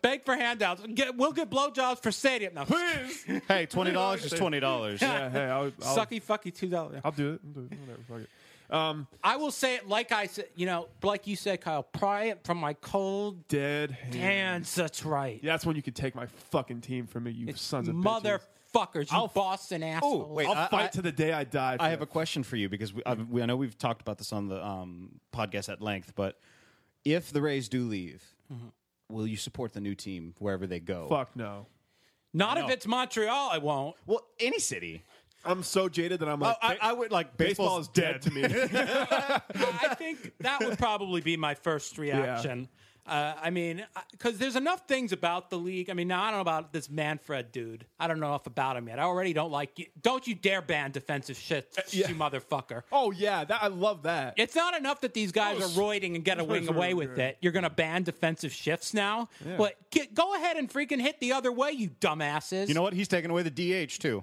Beg for handouts. Get, we'll get blowjobs for stadium. No. please. Yeah, Hey, twenty dollars is twenty dollars. hey, I'll, I'll, Sucky, fucky, two dollars. I'll do it. I'll do it. Whatever, fuck it. I will say it like I said. You know, like you said, Kyle. Pry it from my cold Dead hands. hands. That's right. Yeah, that's when you could take my fucking team from me, you sons of bitches. Motherfuckers, you Boston asshole. wait, I'll I- fight I- to the day I die. for I have that. a question for you because we, I, we, I know we've talked about this on the um, podcast at length, but if the Rays do leave, will you support the new team wherever they go? fuck no. Not if it's Montreal, I won't. Well, any city. I'm so jaded that I'm like, Oh, I, I would like baseball baseball's is dead to me. (laughs) I think that would probably be my first reaction. Uh, I mean, because there's enough things about the league. I mean, now I don't know about this Manfred dude. I don't know enough about him yet. I already don't like you. Don't you dare ban defensive shit, yeah. you motherfucker. oh yeah, that I love that. It's not enough that these guys are roiding and get a wing sort of away with weird. it. You're going to ban defensive shifts now? But get, go ahead and freaking hit the other way, you dumbasses. You know what? He's taking away the DH too.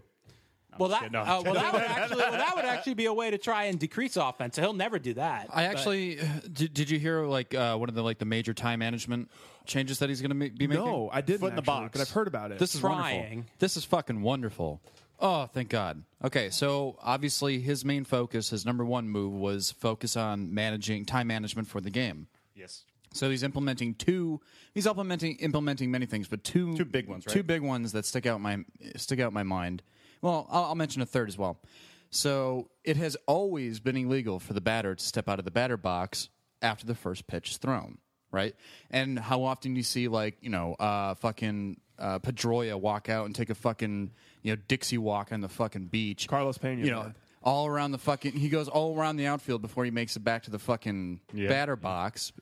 well, that, kidding. No, I'm uh, well, (laughs) that would actually, well, that would actually be a way to try and decrease offense. He'll never do that. (laughs) I actually did, did. you hear like uh, one of the like the major time management changes that he's going to be making? No, I didn't. Foot in the actually, box. but I've heard about it. This is Trying. wonderful. This is fucking wonderful. Oh, thank God. Okay, so obviously his main focus, his number one move was focus on managing time management for the game. Yes. So he's implementing two. He's implementing implementing many things, but two Two big ones, right? Two big ones that stick out my stick out my mind. Well, I'll, I'll mention a third as well. So it has always been illegal for the batter to step out of the batter box after the first pitch is thrown, right? And how often do you see like you know uh, fucking uh, Pedroia walk out and take a fucking you know Dixie walk on the fucking beach? Carlos Pena, you know. man. All around the fucking, he goes all around the outfield before he makes it back to the fucking batter box.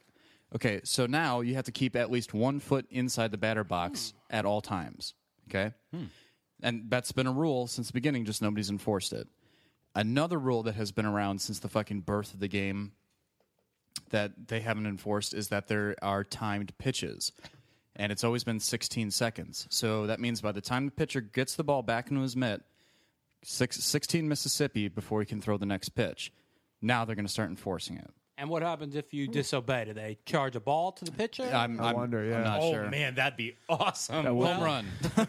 Okay, so now you have to keep at least one foot inside the batter box at all times. Okay, and that's been a rule since the beginning, just nobody's enforced it. Another rule that has been around since the fucking birth of the game that they haven't enforced is that there are timed pitches. And it's always been 16 seconds. So that means by the time the pitcher gets the ball back into his mitt, six, 16 Mississippi before he can throw the next pitch. Now they're going to start enforcing it. And what happens if you disobey? Do they charge a ball to the pitcher? I'm, I wonder, yeah. I'm not oh sure. man, that'd be awesome. Home Well- run. Well,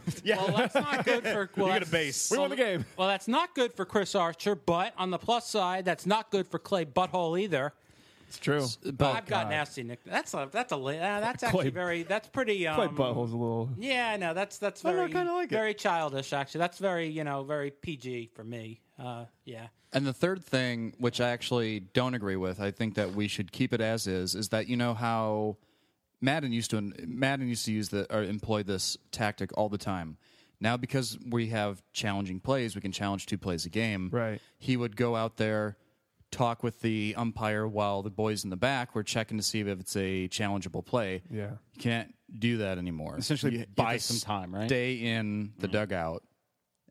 that's not good for. Well, You get a that's- base. We won the game. Well, that's not good for Chris Archer, but on the plus side, that's not good for Clay Butthole either. It's true. (laughs) But- I've got nasty nick. That's a that's a li- uh, that's actually Clay- very that's pretty. Um, My butthole's a little. Yeah, no, that's that's I very kinda like it. very childish. Actually, that's very you know very PG for me. Uh, yeah. And the third thing, which I actually don't agree with, I think that we should keep it as is, is that you know how Madden used to Madden used to use the or employ this tactic all the time. Now because we have challenging plays, we can challenge two plays a game. Right. He would go out there, talk with the umpire while the boys in the back were checking to see if it's a challengeable play. Yeah. You can't do that anymore. Essentially, You you have buy to some time, right? Mm-hmm. Stay in the dugout.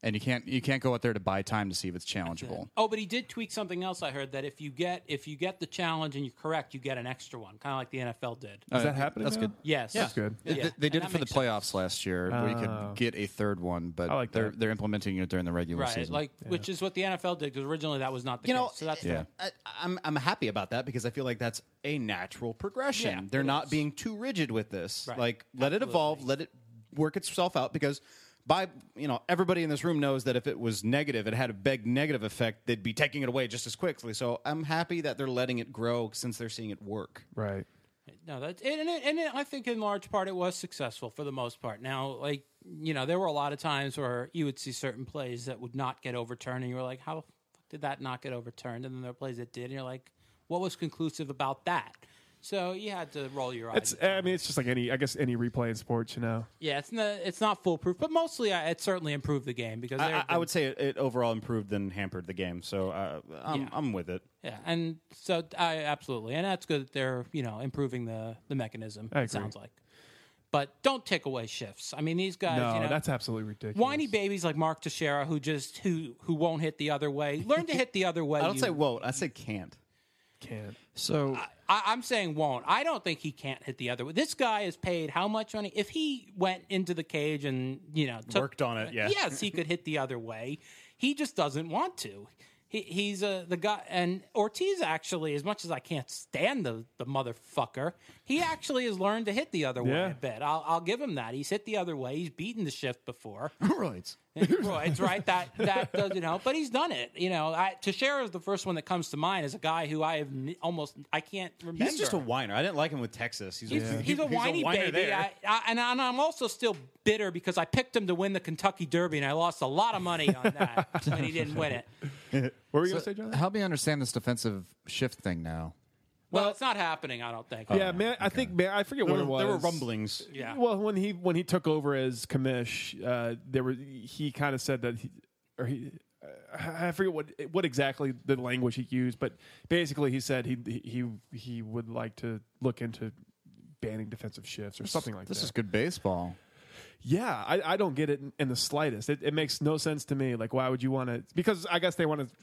And you can't you can't go out there to buy time to see if it's challengeable. Oh, but he did tweak something else. I heard that if you get if you get the challenge and you're correct, you get an extra one, kind of like the NFL did. Is that happening? Uh, That's now? good. Yes, That's good. Yeah. Th- They did And it that for the makes playoffs last year, where you could get a third one, but Oh. I like they're that. they're implementing it during the regular Right, season. like which is what the NFL did because originally that was not the you case. know, eh, so that's Yeah. I, I'm I'm happy about that because I feel like that's a natural progression. Yeah, They're it not is. being too rigid with this. Right. Like let it evolve, let it work itself out because by you know everybody in this room knows that if it was negative, it had a big negative effect. They'd be taking it away just as quickly. So I'm happy that they're letting it grow since they're seeing it work. Right. No, that's and and, it, and it, I think in large part it was successful for the most part. Now, like you know, there were a lot of times where you would see certain plays that would not get overturned, and you were like, "How the fuck did that not get overturned?" And then there were plays that did, and you're like, "What was conclusive about that?" So you had to roll your eyes. It's. I mean, it's just like any. I guess any replay in sports, you know. yeah, it's not it's not foolproof, but mostly I, it certainly improved the game because there I, I, have I been- would say it, it overall improved than hampered the game. So uh, I'm Yeah. I'm with it. yeah, and so I absolutely, and that's good that they're you know improving the the mechanism. I It agree. sounds like, but don't take away shifts. I mean, these guys, No, you know, that's absolutely ridiculous. whiny babies like Mark Teixeira who just who who won't hit the other way. (laughs) Learn to hit the other way. I don't you- say won't. I say can't. can't. so I, I'm saying won't. I don't think he can't hit the other way. This guy is paid how much money? If he went into the cage and you know took, Worked on it, yeah. Yes, he could hit the other way. He just doesn't want to. He, he's uh, the guy, and Ortiz actually, as much as I can't stand the, the motherfucker, he actually has learned to hit the other way Yeah. a bit. I'll, I'll give him that. He's hit the other way. He's beaten the shift before. (coughs) right. Roids, right? That that does you know, but he's done it. You know, I, Teixeira is the first one that comes to mind as a guy who I have n- almost I can't remember. He's just a whiner. I didn't like him with Texas. He's, He's, a, he's a whiny baby, whiner there. I, I, and, I- and I'm also still bitter because I picked him to win the Kentucky Derby, and I lost a lot of money on that when he didn't win it. What were you gonna say, John? Help me understand this defensive shift thing now. Well, it's not happening, I don't think. yeah, man. I think man. I forget there, what it were, was. there were rumblings. Yeah. Well, when he when he took over as commish, uh, there were he kind of said that he or he. I I forget what what exactly the language he used, but basically he said he he he would like to look into banning defensive shifts or something like This that. is good baseball. Yeah, I, I don't get it in, in the slightest. It, it makes no sense to me. Like, why would you want to? Because I guess they want to.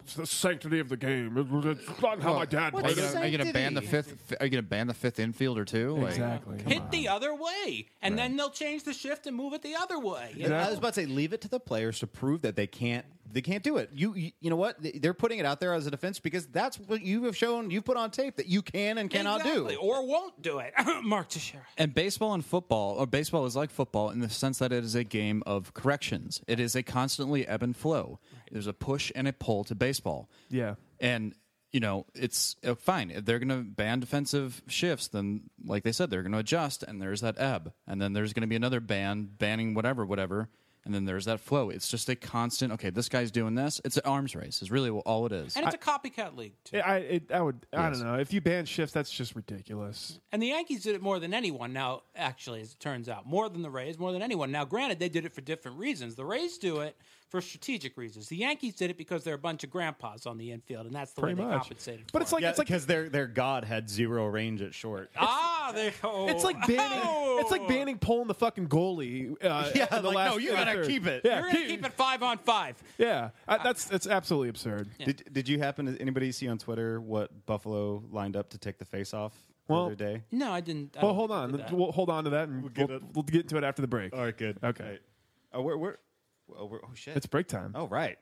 It's the sanctity of the game. It's not how my dad Are you, played gonna, it. are you gonna ban the fifth? fi- Are you gonna ban the fifth infielder too? Like, Exactly. Hit the other way, and then they'll change the shift and move it the other way. you know? I was about to say, leave it to the players to prove that they can't. They can't do it. You, you, you know what? They- They're putting it out there as a defense because that's what you have shown. You put on tape that you can and cannot Exactly, do. or won't do it. (coughs) Mark Teixeira. And baseball and football, or baseball is like football in the sense that it is a game of corrections. It is a constantly ebb and flow. There's a push and a pull to baseball. Yeah. And you know, it's uh, fine if they're going to ban defensive shifts. Then, like they said, they're going to adjust, and there's that ebb, and then there's going to be another ban banning whatever, whatever, and then there's that flow. It's just a constant. Okay, this guy's doing this. It's an arms race. Is really all it is. And it's a copycat league, too. I it, I would I don't know if you ban shifts that's just ridiculous. And the Yankees did it more than anyone now, actually, as it turns out. More than the Rays, more than anyone. Now, granted, they did it for different reasons. The Rays do it for strategic reasons. The Yankees did it because they're a bunch of grandpas on the infield, and that's the pretty way they much. compensated. But for it's like it. Yeah, it's like because their their god had zero range at short. ah, they. (laughs) Oh. It's like banning. Oh. It's like banning pulling the fucking goalie. Uh, (laughs) Yeah, in the like, last, no, you in the gotta third. keep it. Yeah, You're gonna keep it five on five. Yeah, I, that's that's absolutely absurd. Did, did you happen to anybody see on Twitter what Buffalo lined up to take the face off Well- the other day? No, I didn't. I Well, don't hold think I on. did that. We'll hold on to that, and we'll get get, we'll, it. we'll get to it after the break. right, good. Okay. Oh, we're, we're, oh, we're- oh shit. It's break time. oh, right.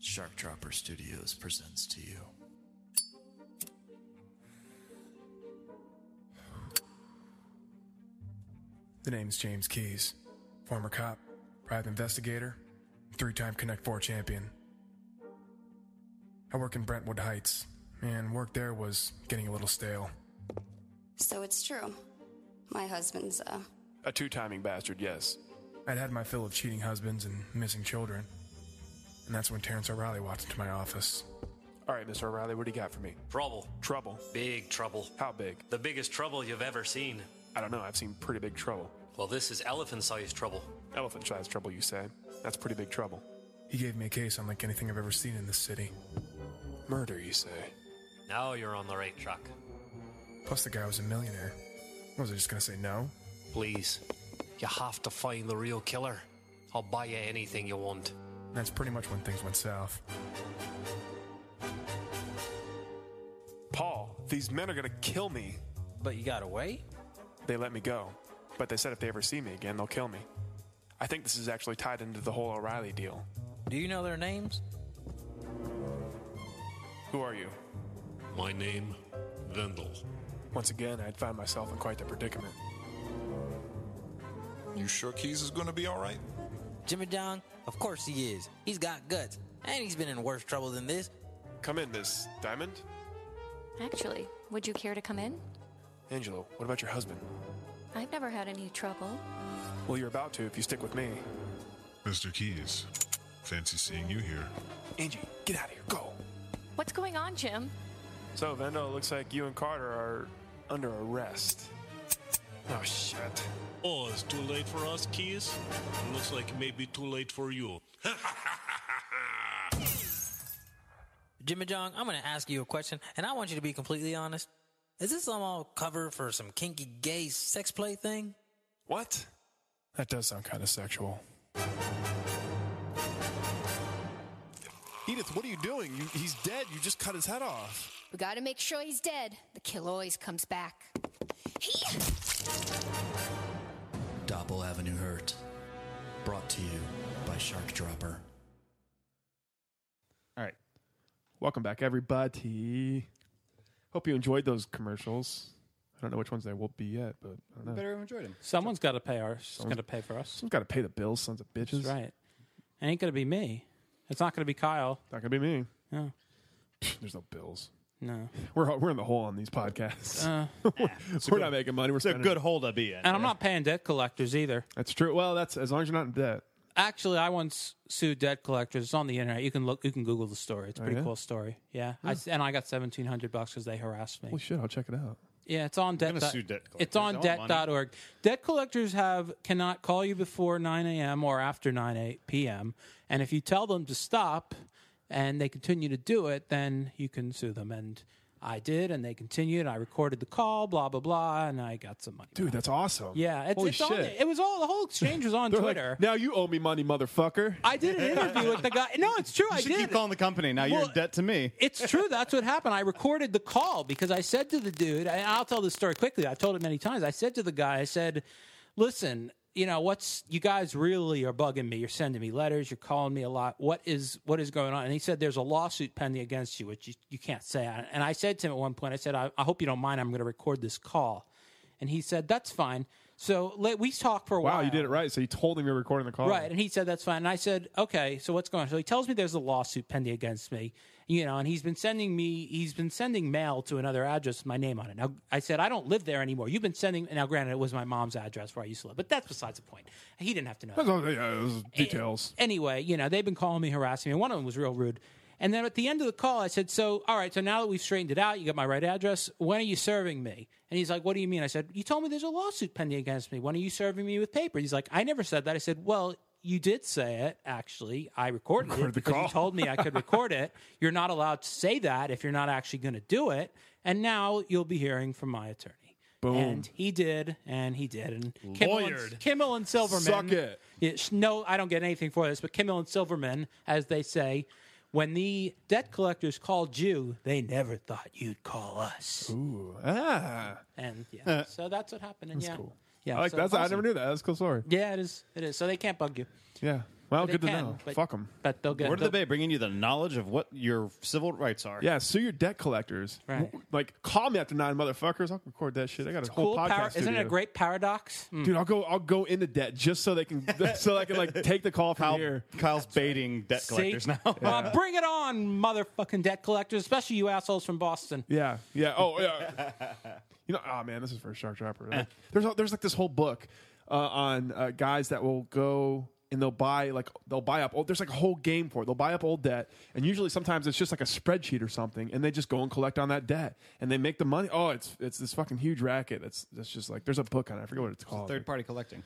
Shark Dropper Studios presents to you. The name's James Keys, former cop, private investigator, three time Connect Four champion. I work in Brentwood Heights, and work there was getting a little stale. So it's true. My husband's, uh, A two timing bastard, yes. I'd had my fill of cheating husbands and missing children. And that's when Terrence O'Reilly walked into my office. All right, Mr. O'Reilly, what do you got for me? Trouble. Trouble. Big trouble. How big? The biggest trouble you've ever seen. I don't know. I've seen pretty big trouble. Well, this is elephant sized trouble. Elephant sized trouble, you say? That's pretty big trouble. He gave me a case unlike anything I've ever seen in this city. Murder, you say? Now you're on the right track. Plus, the guy was a millionaire. What, was I just gonna say no? Please, you have to find the real killer. I'll buy you anything you want. That's pretty much when things went south. Paul, these men are gonna kill me. But you got away? They let me go, but they said if they ever see me again, they'll kill me. I think this is actually tied into the whole O'Reilly deal. Do you know their names? Who are you? My name, Vendel. Once again, I'd found myself in quite the predicament. You sure Keys is going to be all right? Jimmy John? Of course he is. He's got guts. And he's been in worse trouble than this. Come in, Miss Diamond. actually, would you care to come in? Angelo, what about your husband? I've never had any trouble. Well, you're about to if you stick with me. Mr. Keys, fancy seeing you here. Angie, get out of here. Go. What's going on, Jim? So, Vendo, it looks like you and Carter are under arrest. Oh, shit. Oh, it's too late for us, Keys? Looks like it may be too late for you. Jimmy John, I'm going to ask you a question, and I want you to be completely honest. Is this some all cover for some kinky gay sex play thing? What? That does sound kind of sexual. Edith, what are you doing? You, he's dead. You just cut his head off. We gotta make sure he's dead. The kill always comes back. Doppel Avenue Hurt. Brought to you by Shark Dropper. All right. Welcome back, everybody. Hope you enjoyed those commercials. I don't know which ones they will be yet, but I don't know. Better have enjoyed him. Someone's got to pay our. Someone's going to pay for us. Someone's got to pay the bills, sons of bitches. That's right. It ain't going to be me. It's not going to be Kyle. Not gonna be me. No. There's no bills. No. We're we're in the hole on these podcasts. Uh, (laughs) we're not making money. We're It's a spending- good hole to be in. and I'm not paying debt collectors either. That's true. Well, that's as long as you're not in debt. Actually, I once sued debt collectors. It's on the internet. You can look. You can Google the story. It's a pretty Oh, yeah? cool story. Yeah. I s and I got seventeen hundred bucks because they harassed me. Holy shit! I'll check it out. Yeah, it's on debt. gonna dot- sue debt It's collectors. I on want money. debt.org. Debt collectors have cannot call you before 9 a.m. or after 9 8 p.m. And if you tell them to stop and they continue to do it, then you can sue them. And I did, and they continued. I recorded the call, blah blah blah, and I got some money. Dude, that's awesome. yeah, it's, Holy it's shit. on. there. It was all the whole (laughs) exchange was on They're like, Twitter. now you owe me money, motherfucker. I did an interview with the guy. No, it's true. I You should did. keep calling the company. Now you're Well- in debt to me. It's true. That's what happened. I recorded the call because I said to the dude, and I'll tell this story quickly. I've told it many times. I said to the guy, I said, listen, you know, what's you guys really are bugging me. You're sending me letters, you're calling me a lot. What is what is going on? And he said, There's a lawsuit pending against you, which you, you can't say. And I said to him at one point, I said, I, I hope you don't mind. I'm going to record this call. And he said, That's fine. So let, we talked for a Wow, while. you did it right. So you told him you were recording the call. Right. And he said, that's fine. And I said, okay, so what's going on? So he tells me there's a lawsuit pending against me, you know, and he's been sending me, he's been sending mail to another address with my name on it. Now, I said, I don't live there anymore. You've been sending, now granted, it was my mom's address where I used to live, but that's besides the point. He didn't have to know. that. That's all- yeah, those details. Anyway, you know, they've been calling me, harassing me. One of them was real rude. And then at the end of the call, I said, So, all right, so now that we've straightened it out, you got my right address. When are you serving me? And he's like, What do you mean? I said, You told me there's a lawsuit pending against me. When are you serving me with paper? He's like, I never said that. I said, Well, you did say it, actually. I recorded Recorded it the because you call. told me I could record it. You're not allowed to say that if you're not actually going to do it. And now you'll be hearing from my attorney. Boom. And he did, and he did. And Kimmel Lawyered. and, Kimmel and Silverman. Suck it. Yeah, sh- no, I don't get anything for this, but Kimmel and Silverman, as they say, when the debt collectors called you, they never thought you'd call us. Ooh. Ah. And yeah, Uh, so that's what happened. And that's yeah, cool. yeah, I like so- that's. I Awesome. never knew that. That's a cool story. Yeah, it is. It is. So they can't bug you. Yeah. Well, They Oh, good to can, know. but- Fuck them. But they'll get. Word of the they'll- Bay bringing you the knowledge of what your civil rights are. Yeah, sue your debt collectors. Right. W- Like, call me after nine, motherfuckers. I'll record that shit. I got a whole cool podcast. power. Isn't it a studio. great paradox? Mm. Dude, I'll go. I'll go into debt just so they (laughs) can, so I can like take the call from here. Kyle's baiting debt See? (laughs) Uh, bring it on, motherfucking debt collectors, especially you assholes from Boston. Yeah, yeah. Oh, yeah. you know, oh man, this is for a shark dropper. Like, there's a- there's like this whole book uh, on uh, guys that will go and they'll buy like they'll buy up. Old, there's like a whole game for it. They'll buy up old debt, and usually sometimes it's just like a spreadsheet or something, and they just go and collect on that debt, and they make the money. Oh, it's it's this fucking huge racket. That's that's just like there's a book on. it. I forget what it's called. Third party collecting.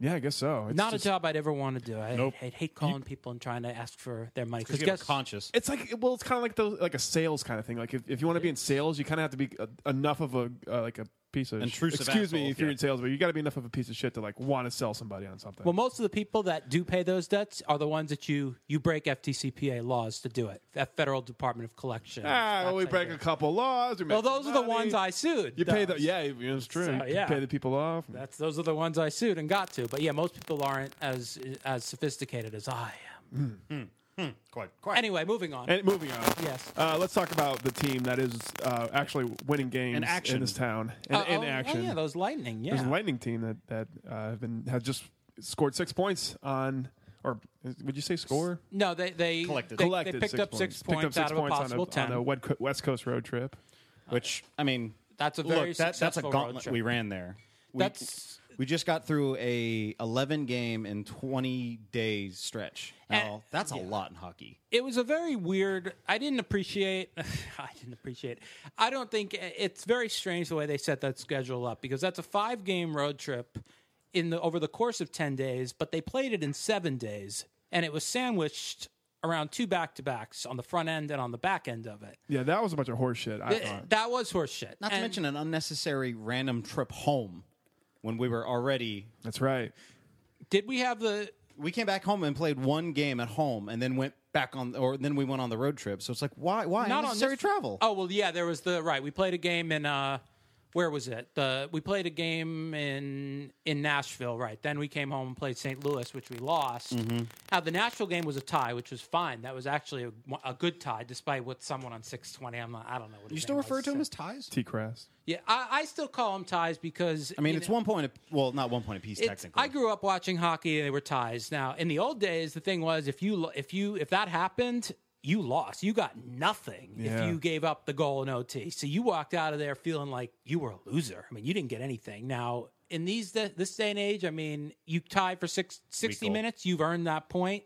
yeah, I guess so. It's Not just- a job I'd ever want to do. I, Nope. I'd hate calling people and trying to ask for their money. Because you're conscious. It's like well, it's kind of like those like a sales kind of thing. Like if, if you want to be in sales, you kind of have to be uh, enough of a uh, like a piece of Intrusive excuse me asshole, if you're yeah. in sales, but you got to be enough of a piece of shit to like want to sell somebody on something. Well, most of the people that do pay those debts are the ones that you you break FTCPA laws to do it. That Federal Department of Collection. ah, well, we break a couple laws. We Well, make some those are the money. ones I sued. You pay those. the yeah, it's true. So, you yeah. pay the people off. That's those are the ones I sued and got to. But yeah, most people aren't as as sophisticated as I am. Hmm. Quite. Anyway, moving on. And moving on. Yes. Uh, let's talk about the team that is uh, actually winning games In action. in this town. And Uh, in oh, oh, action. yeah, those lightning. Yeah. There's a Lightning team that that uh, have been have just scored six points on, or would you say score? no, they they Collected. They, Collected they picked up six Picked points up out six of a points possible on, a, ten. on a wed- West Coast road trip. Which I mean, that's a very look, that, that's a successful road gauntlet trip. we ran there. We, That's- we just got through a 11 game in 20 days stretch. Now that's a lot in hockey. it was a very weird i didn't appreciate (sighs) i didn't appreciate i don't think it's very strange the way they set that schedule up because that's a five game road trip in the over the course of 10 days but they played it in seven days and it was sandwiched around two back-to-backs on the front end and on the back end of it Yeah, that was a bunch of horse shit. I Th- thought. that was horse shit Not to And- mention an unnecessary random trip home when we were already. That's right. did we have the We came back home and played one game at home, and then went back on, or then we went on the road trip. So it's like, why, why not on unnecessary this travel? Oh well, yeah, there was the right. We played a game in uh, where was it? The we played a game in in Nashville, right? Then we came home and played St. Louis, which we lost. Now the Nashville game was a tie, which was fine. That was actually a, a good tie, despite what someone on six twenty. I'm not, I don't know what you still refer to them as ties? T Crass. Yeah, I, I still call them ties because I mean, you it's know, one point. a- Well, not one point apiece it's- technically. I grew up watching hockey and they were ties. Now, in the old days, the thing was if you lo- if you if that happened, you lost. You got nothing Yeah. if you gave up the goal in OT. So you walked out of there feeling like you were a loser. I mean, you didn't get anything. Now, in these da- this day and age, I mean, you tied for six, 60 Weekle. minutes, you've earned that point.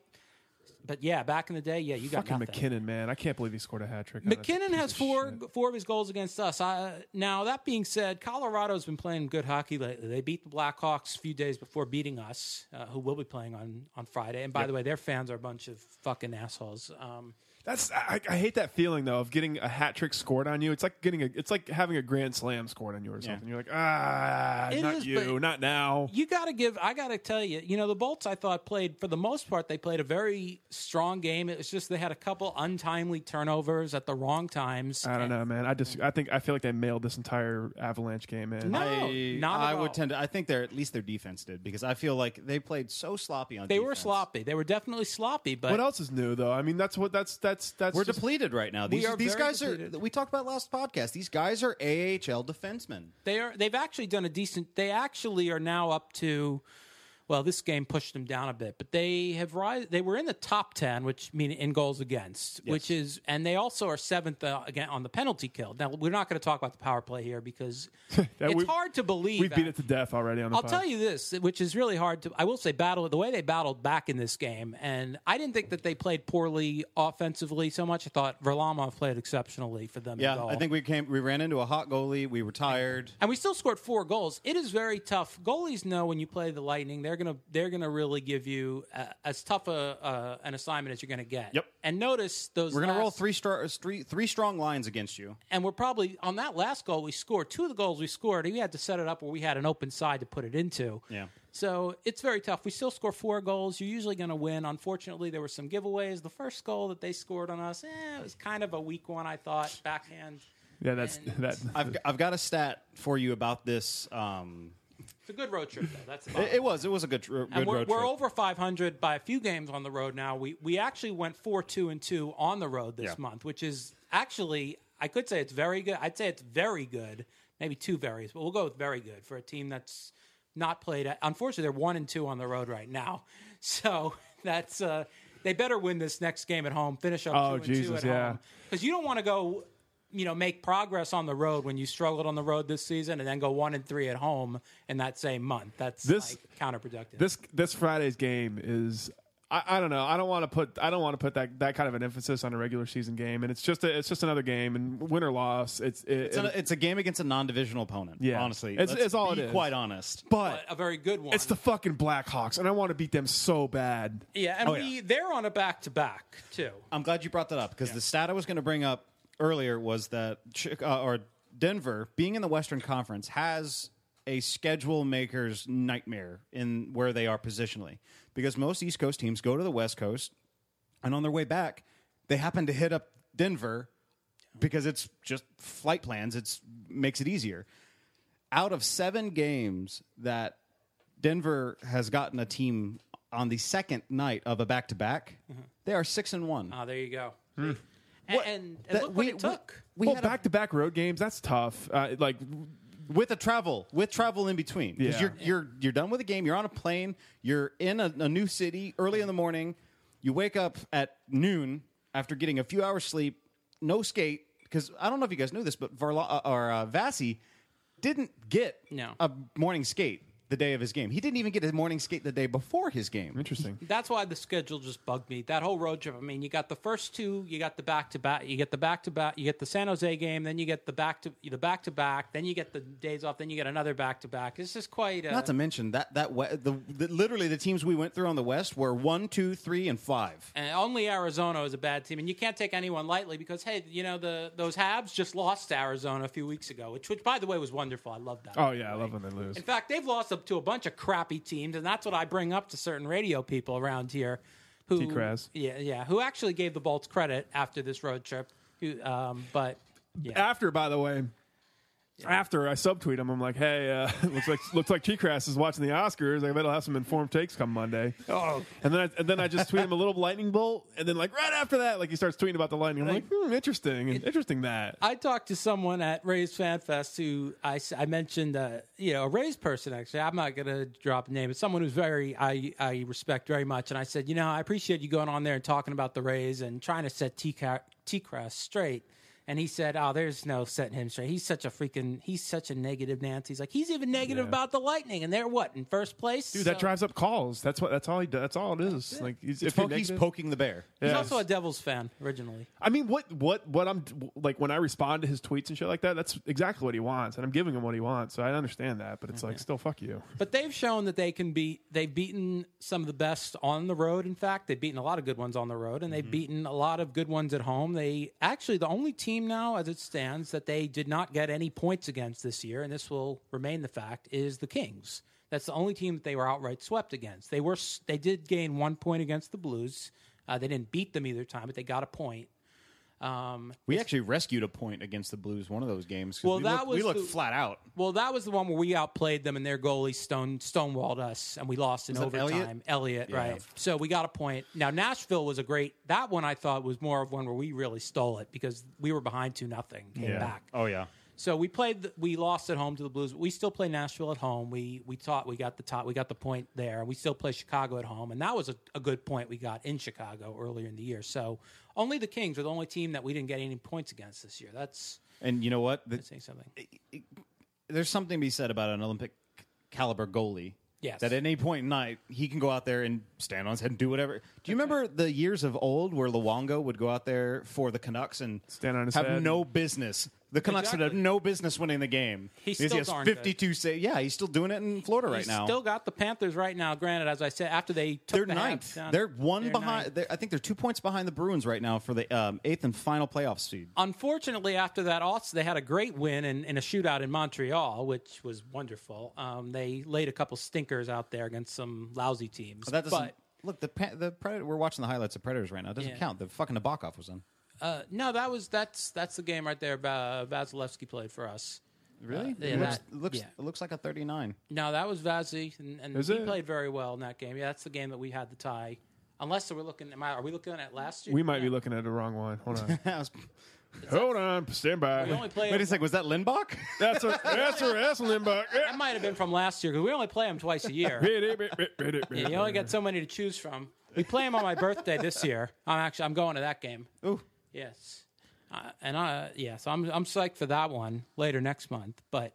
But yeah, back in the day, yeah, you got Fucking nothing. McKinnon, man. I can't believe he scored a hat trick. on us. McKinnon has four four of his goals against us. I, now that being said, Colorado's been playing good hockey lately. They beat the Blackhawks a few days before beating us, uh, who will be playing on on Friday. And by the way, their fans are a bunch of fucking assholes. Um, That's I, I hate that feeling though of getting a hat trick scored on you. It's like getting a it's like having a grand slam scored on you or something. You're like ah, It not is, you, but- not now. you got to give. I got to tell you, you know, the Bolts. I thought played for the most part. They played a very strong game. It was just they had a couple untimely turnovers at the wrong times. I don't know, man. I just I think I feel like they mailed this entire Avalanche game in. No, I, not at I would all. tend to. I think they're at least their defense did because I feel like they played so sloppy on. They were defense. sloppy. They were definitely sloppy. But What else is new though? I mean, that's what that's that's that's We're just- depleted right now. These, are these very guys are. depleted. We talked about last podcast. These guys are AHL defensemen. they are they've actually done a decent they actually are now up to well this game pushed them down a bit but they have rise they were in the top 10 which mean in goals against which is and they also are seventh uh, again on the penalty kill now we're not going to talk about the power play here (laughs) because it's we've- hard to believe we beat it to death already on the I'll pod. tell you this, which is really hard to. I will say, battle the way they battled back in this game, and I didn't think that they played poorly offensively so much. I thought Verlamov played exceptionally for them. in Yeah, goal. I think we came. We ran into a hot goalie. We were tired. And we still scored four goals. It is very tough. Goalies know when you play the Lightning, they're gonna they're gonna really give you uh, as tough a uh, an assignment as you're gonna get. Yep. And notice those. We're going to roll last- three, star, three, three strong lines against you. and we're probably on that last goal we scored. Two of the goals we scored, we had to set it up where we had an open side to put it into. Yeah. So it's very tough. We still score four goals. You're usually going to win. Unfortunately, there were some giveaways. The first goal that they scored on us, eh, it was kind of a weak one, I thought. Backhand. Yeah, that's that. I've, I've got a stat for you about this. Um, It's a good road trip, though. That's about it, it was it was a good, tr- and good we're, road we're trip. over 500 by a few games on the road now. We we actually went four two and two on the road this Yeah. month, which is actually I could say it's very good. I'd say it's very good, maybe two varies, but we'll go with very good for a team that's not played. Unfortunately, they're one and two on the road right now, (laughs) so that's uh, they better win this next game at home. Finish up. Oh, two and Jesus, two at yeah. because you don't want to go. You know, make progress on the road when you struggled on the road this season, and then go one and three at home in that same month. That's This- like counterproductive. This this Friday's game is I, I don't know I don't want to put I don't want to put that, that kind of an emphasis on a regular season game and it's just a, it's just another game and win or loss it's it, It's, an, it's a game against a non-divisional opponent. Yeah. honestly, It's- Let's it's all be it is. Quite honest, but a very good one. it's the fucking Blackhawks and I want to beat them so bad Yeah, and we they're on a back to back too. I'm glad you brought that up because the stat I was going to bring up earlier was that Chick- uh, or Denver being in the Western Conference has a schedule maker's nightmare in where they are positionally because most East Coast teams go to the West Coast and on their way back they happen to hit up Denver because it's just flight plans it's makes it easier out of 7 games that Denver has gotten a team on the second night of a back to back they are 6 and 1 Ah, there you go. Hmm. And, and, and That look what we- it took. we well had a- back to back Oh, road games that's tough uh, like with a travel with travel in between because Yeah. you're you're you're done with the game. You're on a plane. You're in a, a new city early in the morning. You wake up at noon after getting a few hours sleep. No skate because I don't know if you guys knew this, but Varla uh, or uh, Vasi didn't get No. a morning skate the day of his game. He didn't even get a morning skate the day before his game. Interesting. That's why the schedule just bugged me. That whole road trip. I mean, you got the first two, you got the back to back, you get the back to back, you get the San Jose game, then you get the back to the back to back, then you get the days off, then you get another back to back. This is quite uh, a, Not to mention that that we- the, the literally the teams we went through on the West were one, two, three, and five. and uh, only Arizona is a bad team, and you can't take anyone lightly because hey, you know the those Habs just lost to Arizona a few weeks ago, which which by the way was wonderful. I love that. oh yeah I love when they lose In fact, they've lost up to a bunch of crappy teams, and that's what I bring up to certain radio people around here. Who, T. Kraz. Yeah, yeah. Who actually gave the Bolts credit after this road trip? Who, um, but after by the way after I subtweet him I'm like hey uh, (laughs) looks like looks like Cheekgrass is watching the Oscars I bet I'll have some informed takes come Monday oh, And then I, and then I just tweet him a little lightning bolt, and then like right after that, like he starts tweeting about the lightning. I'm like, hmm, interesting, interesting that. I talked to someone at Rays Fan Fest who I, s- I mentioned, uh, you know, a Rays person actually. I'm not going to drop a name, but someone who's very, I, I respect very much. And I said, you know, I appreciate you going on there and talking about the Rays and trying to set T Cross straight. And he said, oh, there's no setting him straight. He's such a freaking, he's such a negative Nancy. He's like, he's even negative Yeah. about the Lightning. And they're what, in first place? Dude, So- that drives up calls. That's what. That's all he. Does. That's all it is. Like he's, It's if you're poke- he's negative- poking the bear. He's Yeah. also a Devils fan originally. I mean, what, what, what I'm like when I respond to his tweets and shit like that. That's exactly what he wants, and I'm giving him what he wants. So I understand that, but it's like still fuck you. But they've shown that they can beat. They've beaten some of the best on the road. In fact, they've beaten a lot of good ones on the road, and they've beaten a lot of good ones at home. They actually the only team now, as it stands, that they did not get any points against this year, and this will remain the fact, is the Kings. That's the only team that they were outright swept against. They were s- they did gain one point against the Blues. Uh, they didn't beat them either time, but they got a point. Um, We actually rescued a point against the Blues one of those games. 'cause Well, we that looked- was we looked the- flat out. Well, that was the one where we outplayed them, and their goalie stone stonewalled us, and we lost in Was that overtime. Elliot, Yeah. right? So we got a point. Now Nashville was a great. That one I thought was more of one where we really stole it because we were behind two nothing, came back. Oh yeah. So we played. The, we lost at home to the Blues. But we still play Nashville at home. We we taught. We got the top. We got the point there. We still play Chicago at home, and that was a, a good point we got in Chicago earlier in the year. So only the Kings are the only team that we didn't get any points against this year. That's And you know what? The- saying something. There's something to be said about an Olympic caliber goalie. Yes. That at any point in night he can go out there and stand on his head and do whatever. Do you remember the years of old where Luongo would go out there for the Canucks and Stand on his have head. no business The Canucks would have no business winning the game. He's Because still he has darn good. 52 sa- Yeah, he's still doing it in Florida right He's now. Still got the Panthers right now. Granted, as I said, after they took they're the Habs ninth. down- They're one they're behind. They're, I think they're two points behind the Bruins right now for the um, eighth and final playoff seed. Unfortunately, after that, also they had a great win in, in a shootout in Montreal, which was wonderful. Um, they laid a couple stinkers out there against some lousy teams. But that doesn't But, look the Pre- the Predator. We're watching the highlights of Predators right now. It doesn't Yeah. count. The fucking Nabokov was in. uh, no, that was that's that's the game right there. Uh, Vasilevsky played for us. Really? Uh, yeah, it looks, that- it looks yeah. it looks like a (laughs) 39. No, that was Vazzy, and, and Is he it? played very well in that game. Yeah, that's the game that we had the tie. Unless we're looking, am I, are we looking at last year? We might be looking at the wrong one. Hold on. Hold on. Stand by. We only play- Wait a sec, Was that (laughs) Lindbach? That's a, that's a, that's a Limbaugh. That might have been from last year because we only play them twice (laughs) a year. Yeah, you only get so many to choose from. We play them on my birthday this year. I'm actually I'm going to that game. Ooh. Yes. Uh, and I yeah, so I'm I'm psyched for that one later next month. But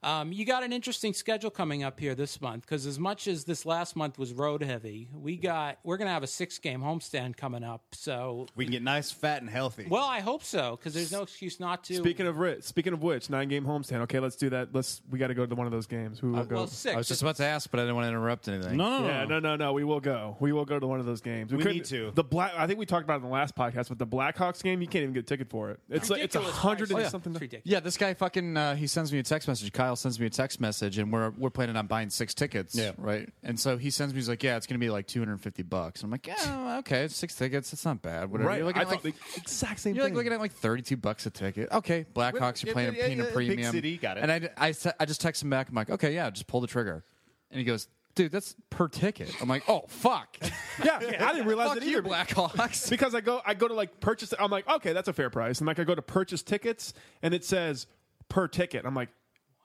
um, you got an interesting schedule coming up here this month because as much as this last month was road heavy, we got we're gonna have a six game homestand coming up. So We can get nice, fat, and healthy. well, I hope so because there's no excuse not to. Speaking of rich, speaking of which, nine game homestand. Okay, let's do that. Let's we got to go to one of those games. We will go. well, six. I was just about to ask, but I didn't want to interrupt anything. yeah, no, no, no. We will go. We will go to one of those games. We couldn't- need to. The black. I think we talked about it in the last podcast, but the Blackhawks game, you can't even get a ticket for it. It's like, it's a Ridiculous hundred price. and Oh, yeah. something. It's ridiculous. Yeah, this guy fucking uh, he sends me a text message. Kyle sends me a text message, and we're we're planning on buying six tickets. Yeah. right. And so he sends me he's like, yeah, it's gonna be like two hundred and fifty bucks. I'm like, yeah, okay, it's six tickets. It's not bad. Whatever. Right. You're looking I at like, thought the exact same you're like thing. looking at like thirty two bucks a ticket. Okay, Blackhawks, yeah, you're playing yeah, a Pina yeah, big Premium. city, got it. And I, I se- I just text him back. I'm like, okay, yeah, just pull the trigger. And he goes, dude, that's per ticket. I'm like, oh fuck. yeah, (laughs) I didn't realize Fuck it you, either. Blackhawks. because I go, I go to like purchase. I'm like, okay, that's a fair price. And like, I go to purchase tickets, and it says per ticket. I'm like,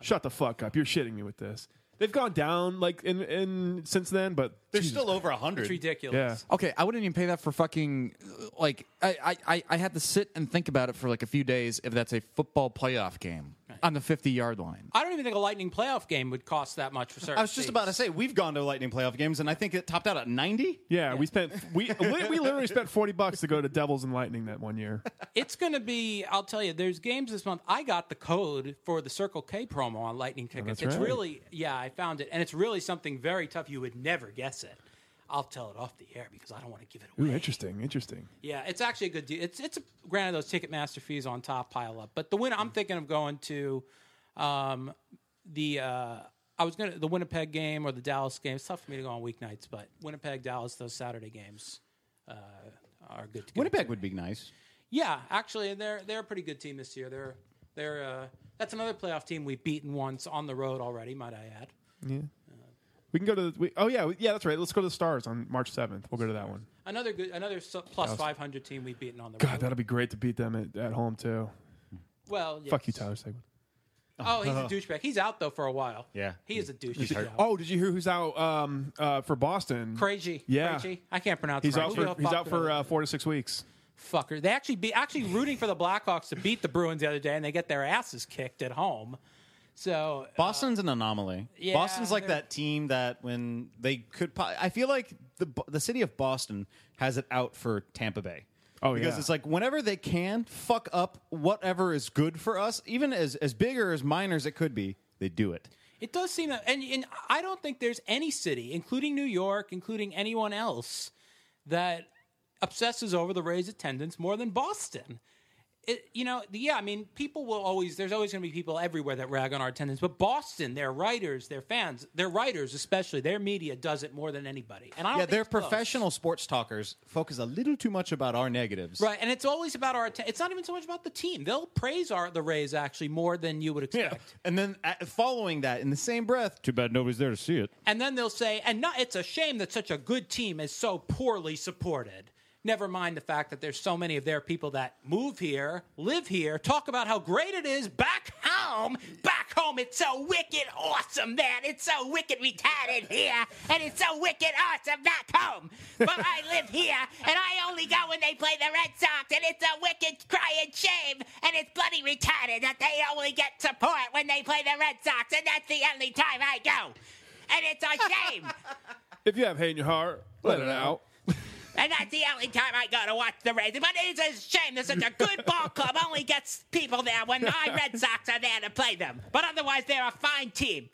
shut the fuck up. You're shitting me with this. They've gone down like in in since then, but They're Jesus still over 100. It's ridiculous. Okay, I wouldn't even pay that for fucking like I, I- I, I had to sit and think about it for like a few days if that's a football playoff game on the fifty yard line. I don't even think a lightning playoff game would cost that much for certain. I was just about to say we've gone to lightning playoff games, and I think it topped out at Uh, 90. Yeah, we spent (laughs) we, we we literally spent forty bucks to go to Devils and Lightning that one year. It's going to be, I'll tell you, there's games this month. I got the code for the Circle K promo on Lightning tickets. Oh, that's it's right. really, yeah, I found it. And it's really something very tough. You would never guess it. I'll tell it off the air because I don't want to give it away. Ooh, interesting, interesting. Yeah, it's actually a good deal. It's, it's a, granted, those Ticketmaster fees on top pile up. But the win, I'm thinking of going to um, the, uh, I was going to, the Winnipeg game or the Dallas game. It's tough for me to go on weeknights, but Winnipeg, Dallas, those Saturday games uh, are good to go. Winnipeg would be nice. Yeah, actually, they're they're a pretty good team this year. They're they're uh, that's another playoff team we've beaten once on the road already. Might I add? Yeah, we can go to the. We, oh yeah, we- yeah, that's right. Let's go to the Stars on March seventh. We'll go to that one. Another good, another su- plus Dallas. five hundred team we've beaten on the God, road. that'll be great to beat them at, at home too. Well, yes. Fuck you, Tyler Seguin. Oh, he's a (laughs) douchebag. He's out though for a while. Yeah. he is a douchebag. Oh, did you hear who's out um, uh, for Boston? Crazy. Yeah, Krejci? I can't pronounce. he's Krejci. out Who for the he's fuck out do for I- uh, four to six weeks. fucker. They actually be actually rooting for the Blackhawks to beat the Bruins the other day, and they get their asses kicked at home. So Boston's an anomaly. yeah, Boston's like they're- that team that when they could, po- I feel like the Bo- the city of Boston has it out for Tampa Bay. Oh, because yeah. it's like whenever they can fuck up whatever is good for us, even as as big or as minor as it could be, they do it. It does seem that, and, and I don't think there's any city, including New York, including anyone else, that obsesses over the Rays' attendance more than Boston. It, you know, the- yeah, I mean, people will always, there's always going to be people everywhere that rag on our attendance, but Boston, their writers, their fans, their writers especially, their media does it more than anybody. And I don't yeah, think their it's close. professional sports talkers focus a little too much about our negatives. Right, and it's always about our. atten- It's not even so much about the team. They'll praise our the Rays actually more than you would expect. And then uh, following that, in the same breath, too bad nobody's there to see it. And then they'll say, and not, it's a shame that such a good team is so poorly supported. Never mind the fact that there's so many of their people that move here, live here, talk about how great it is back home. Back home, it's so wicked awesome, man. It's so wicked retarded here, and it's so wicked awesome back home. But I live here, and I only go when they play the Red Sox, and it's a wicked crying shame, and it's bloody retarded that they only get support when they play the Red Sox, and that's the only time I go. And it's a shame. If you have hate in your heart, let, it out. And that's the only time I go to watch the Rays. But it's a shame. This is a good ball club. Only gets people there when my Red Sox are there to play them. But otherwise, they're a fine team.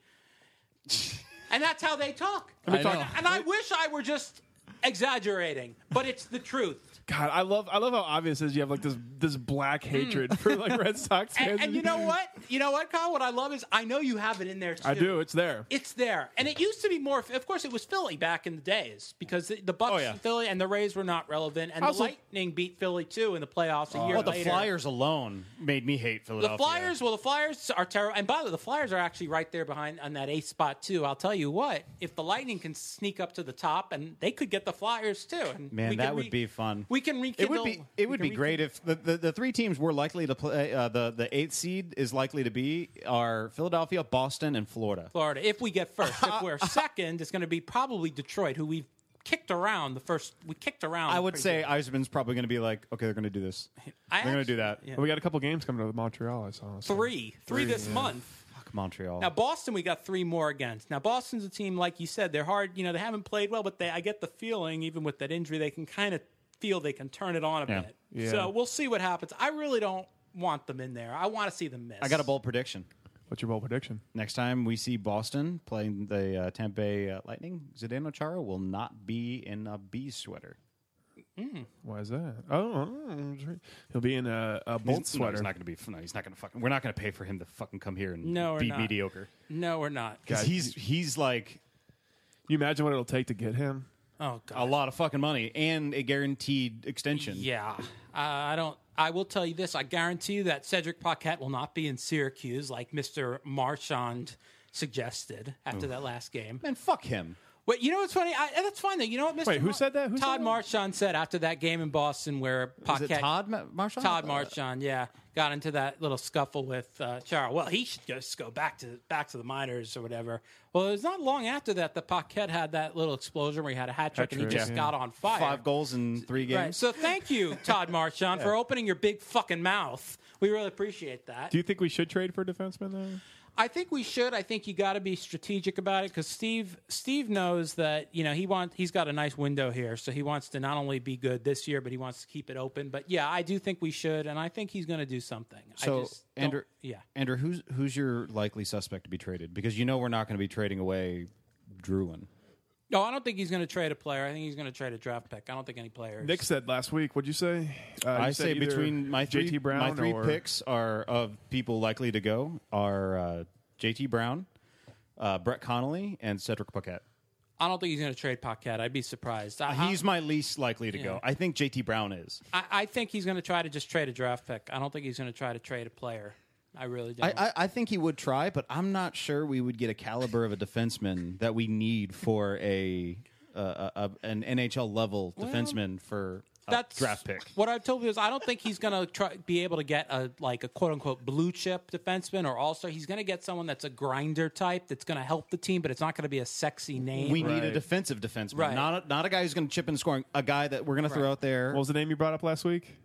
And that's how they talk. I mean, I talk- know. And I wish I were just exaggerating, but it's the truth. God, I love I love how obvious it is you have like this this black hatred for like (laughs) Red Sox fans. Hmm. And, and you know what? You know what, Kyle? What I love is I know you have it in there. Too. I do. It's there. It's there, and it used to be more. Of course, it was Philly back in the days because the, the Bucks, and Philly, and the Rays were not relevant, and Oh, Also- Oh. the Lightning beat Philly too in the playoffs a year well, the later. Flyers alone made me hate The Philadelphia. Flyers, well, the Flyers are terrible. And by the way, the Flyers are actually right there behind on that eighth spot too. I'll tell you what: if the Lightning can sneak up to the top, and they could get the Flyers too, and Man, we that can would re- be fun. We can It would rekindle. be. It would we be can great if the, the, the three teams we're likely to play. Uh, the the eighth seed is likely to be are Philadelphia, Boston, and Florida. Florida. If we get first, (laughs) if we're second, it's going to be probably Detroit, who we've kicked around the first. We kicked around. I would pretty say good. Eisman's probably going to be like, okay, they're going to do this. I they're going to do that. yeah. Well, we got a couple games coming to Montreal. I saw so. three, three this yeah. month. Fuck Montreal. Now Boston, we got three more against. Now Boston's a team like you said, they're hard. You know, they haven't played well, but they. I get the feeling, even with that injury, they can kind of feel they can turn it on a Yeah. bit. Yeah. So we'll see what happens. I really don't want them in there. I want to see them miss. I got a bold prediction. What's your bold prediction? Next time we see Boston playing the uh, Tampa Bay uh, Lightning, Zdeno Chara will not be in a bee sweater. Mm. Why is that? Oh, oh, he'll be in a, a He's- bolt no, sweater. he's not going to be. No, he's not going to fucking. We're not going to pay for him to fucking come here and No, we're be not. mediocre. No, we're not. Because he's he's like you imagine what it'll take to get him. Oh god. a lot of fucking money and a guaranteed extension. Yeah, Uh, I I don't. I will tell you this: I guarantee you that Cedric Paquette will not be in Syracuse like Mister Marchand suggested after Oof. that last game. man, fuck him. Wait, you know what's funny? I, eh, that's fine though. You know what, Mr. Wait, who said that? Who said Todd that? Marchand said after that game in Boston where Was it Paquette Todd Ma- Uh, Marshall? Todd Marchand, yeah, got into that little scuffle with uh, Chara. Well, he should just go back to back to the minors or whatever. Well, it was not long after that that Paquette had that little explosion where he had a hat trick and he trick, just yeah. got on fire. Five goals in three games. Right. So thank you, (laughs) Todd Marchand, for Yeah. opening your big fucking mouth. We really appreciate that. Do you think we should trade for a defenseman though? I think we should. I think you got to be strategic about it because Steve Steve knows that you know he want he's got a nice window here, so he wants to not only be good this year, but he wants to keep it open. But yeah, I do think we should, and I think he's going to do something. I So just don't- Andrew, yeah, Andrew, who's who's your likely suspect to be traded? Because you know we're not going to be trading away Druin. no, I don't think he's going to trade a player. I think he's going to trade a draft pick. I don't think any players. Nick said last week. What'd you say? Uh, I you said say either between my three, JT Brown my three or- picks are of people likely to go are uh, JT Brown, uh, Brett Connolly, and Cedric Paquette. I don't think he's going to trade Paquette. I'd be surprised. I, He's my least likely to Yeah. go. I think JT Brown is. I, I think he's going to try to just trade a draft pick. I don't think he's going to try to trade a player. I really don't. I, I, I think he would try, but I'm not sure we would get a caliber of a defenseman that we need for a, uh, a, a an NHL level defenseman for a that's draft pick. (laughs) What I've told you is I don't think he's going to try be able to get a like a quote unquote blue chip defenseman or all star. He's going to get someone that's a grinder type that's going to help the team, but it's not going to be a sexy name. We need a defensive defenseman, Right. not a, not a guy who's going to chip in scoring. A guy that we're going to throw out there. What was the name you brought up last week?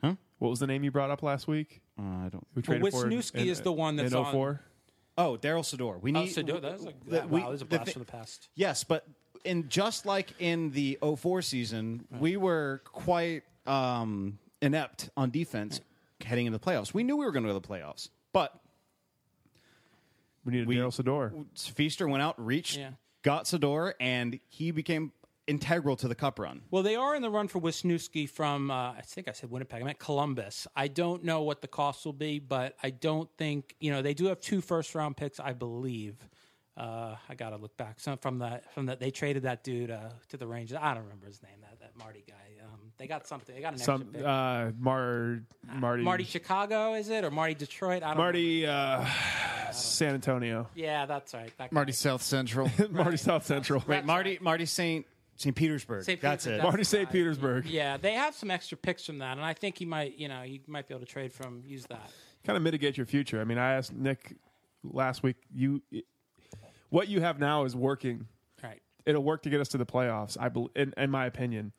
Huh? What was the name you brought up last week? Uh, I don't. Who Well, traded for it Wisniewski in- is the one that's in on- 04? Oh, Daryl Sador. We Oh, need Sador, that was a- the- wow, that was a blast thi- from the past. Yes, but in just like in the 04 season, we were quite um, inept on defense heading into the playoffs. We knew we were going to go to the playoffs, but we needed Daryl Sador. Feaster went out, reached, Yeah. got Sador, and he became integral to the Cup run. Well, they are in the run for Wisniewski from uh, I think I said Winnipeg. I meant Columbus. I don't know what the cost will be, but I don't think you know they do have two first round picks, I believe. Uh, I gotta look back some from that from that they traded that dude uh, to the Rangers. I don't remember his name. That that Marty guy. Um, they got something. They got an Some extra pick. uh, Mar Marty Marty Chicago is it or Marty Detroit? I don't Marty uh, San Antonio. Know. Yeah, that's right. That guy. Marty South Central. Marty South Central. Wait, Marty, Marty St. St. Petersburg. St. That's Petersburg, it. that's Marty St. Petersburg. Yeah, they have some extra picks from that, and I think he might. You know, he might be able to trade from use that. Kind of mitigate your future. I mean, I asked Nick last week. You, what you have now is working. Right. It'll work to get us to the playoffs. I bel in, in my opinion.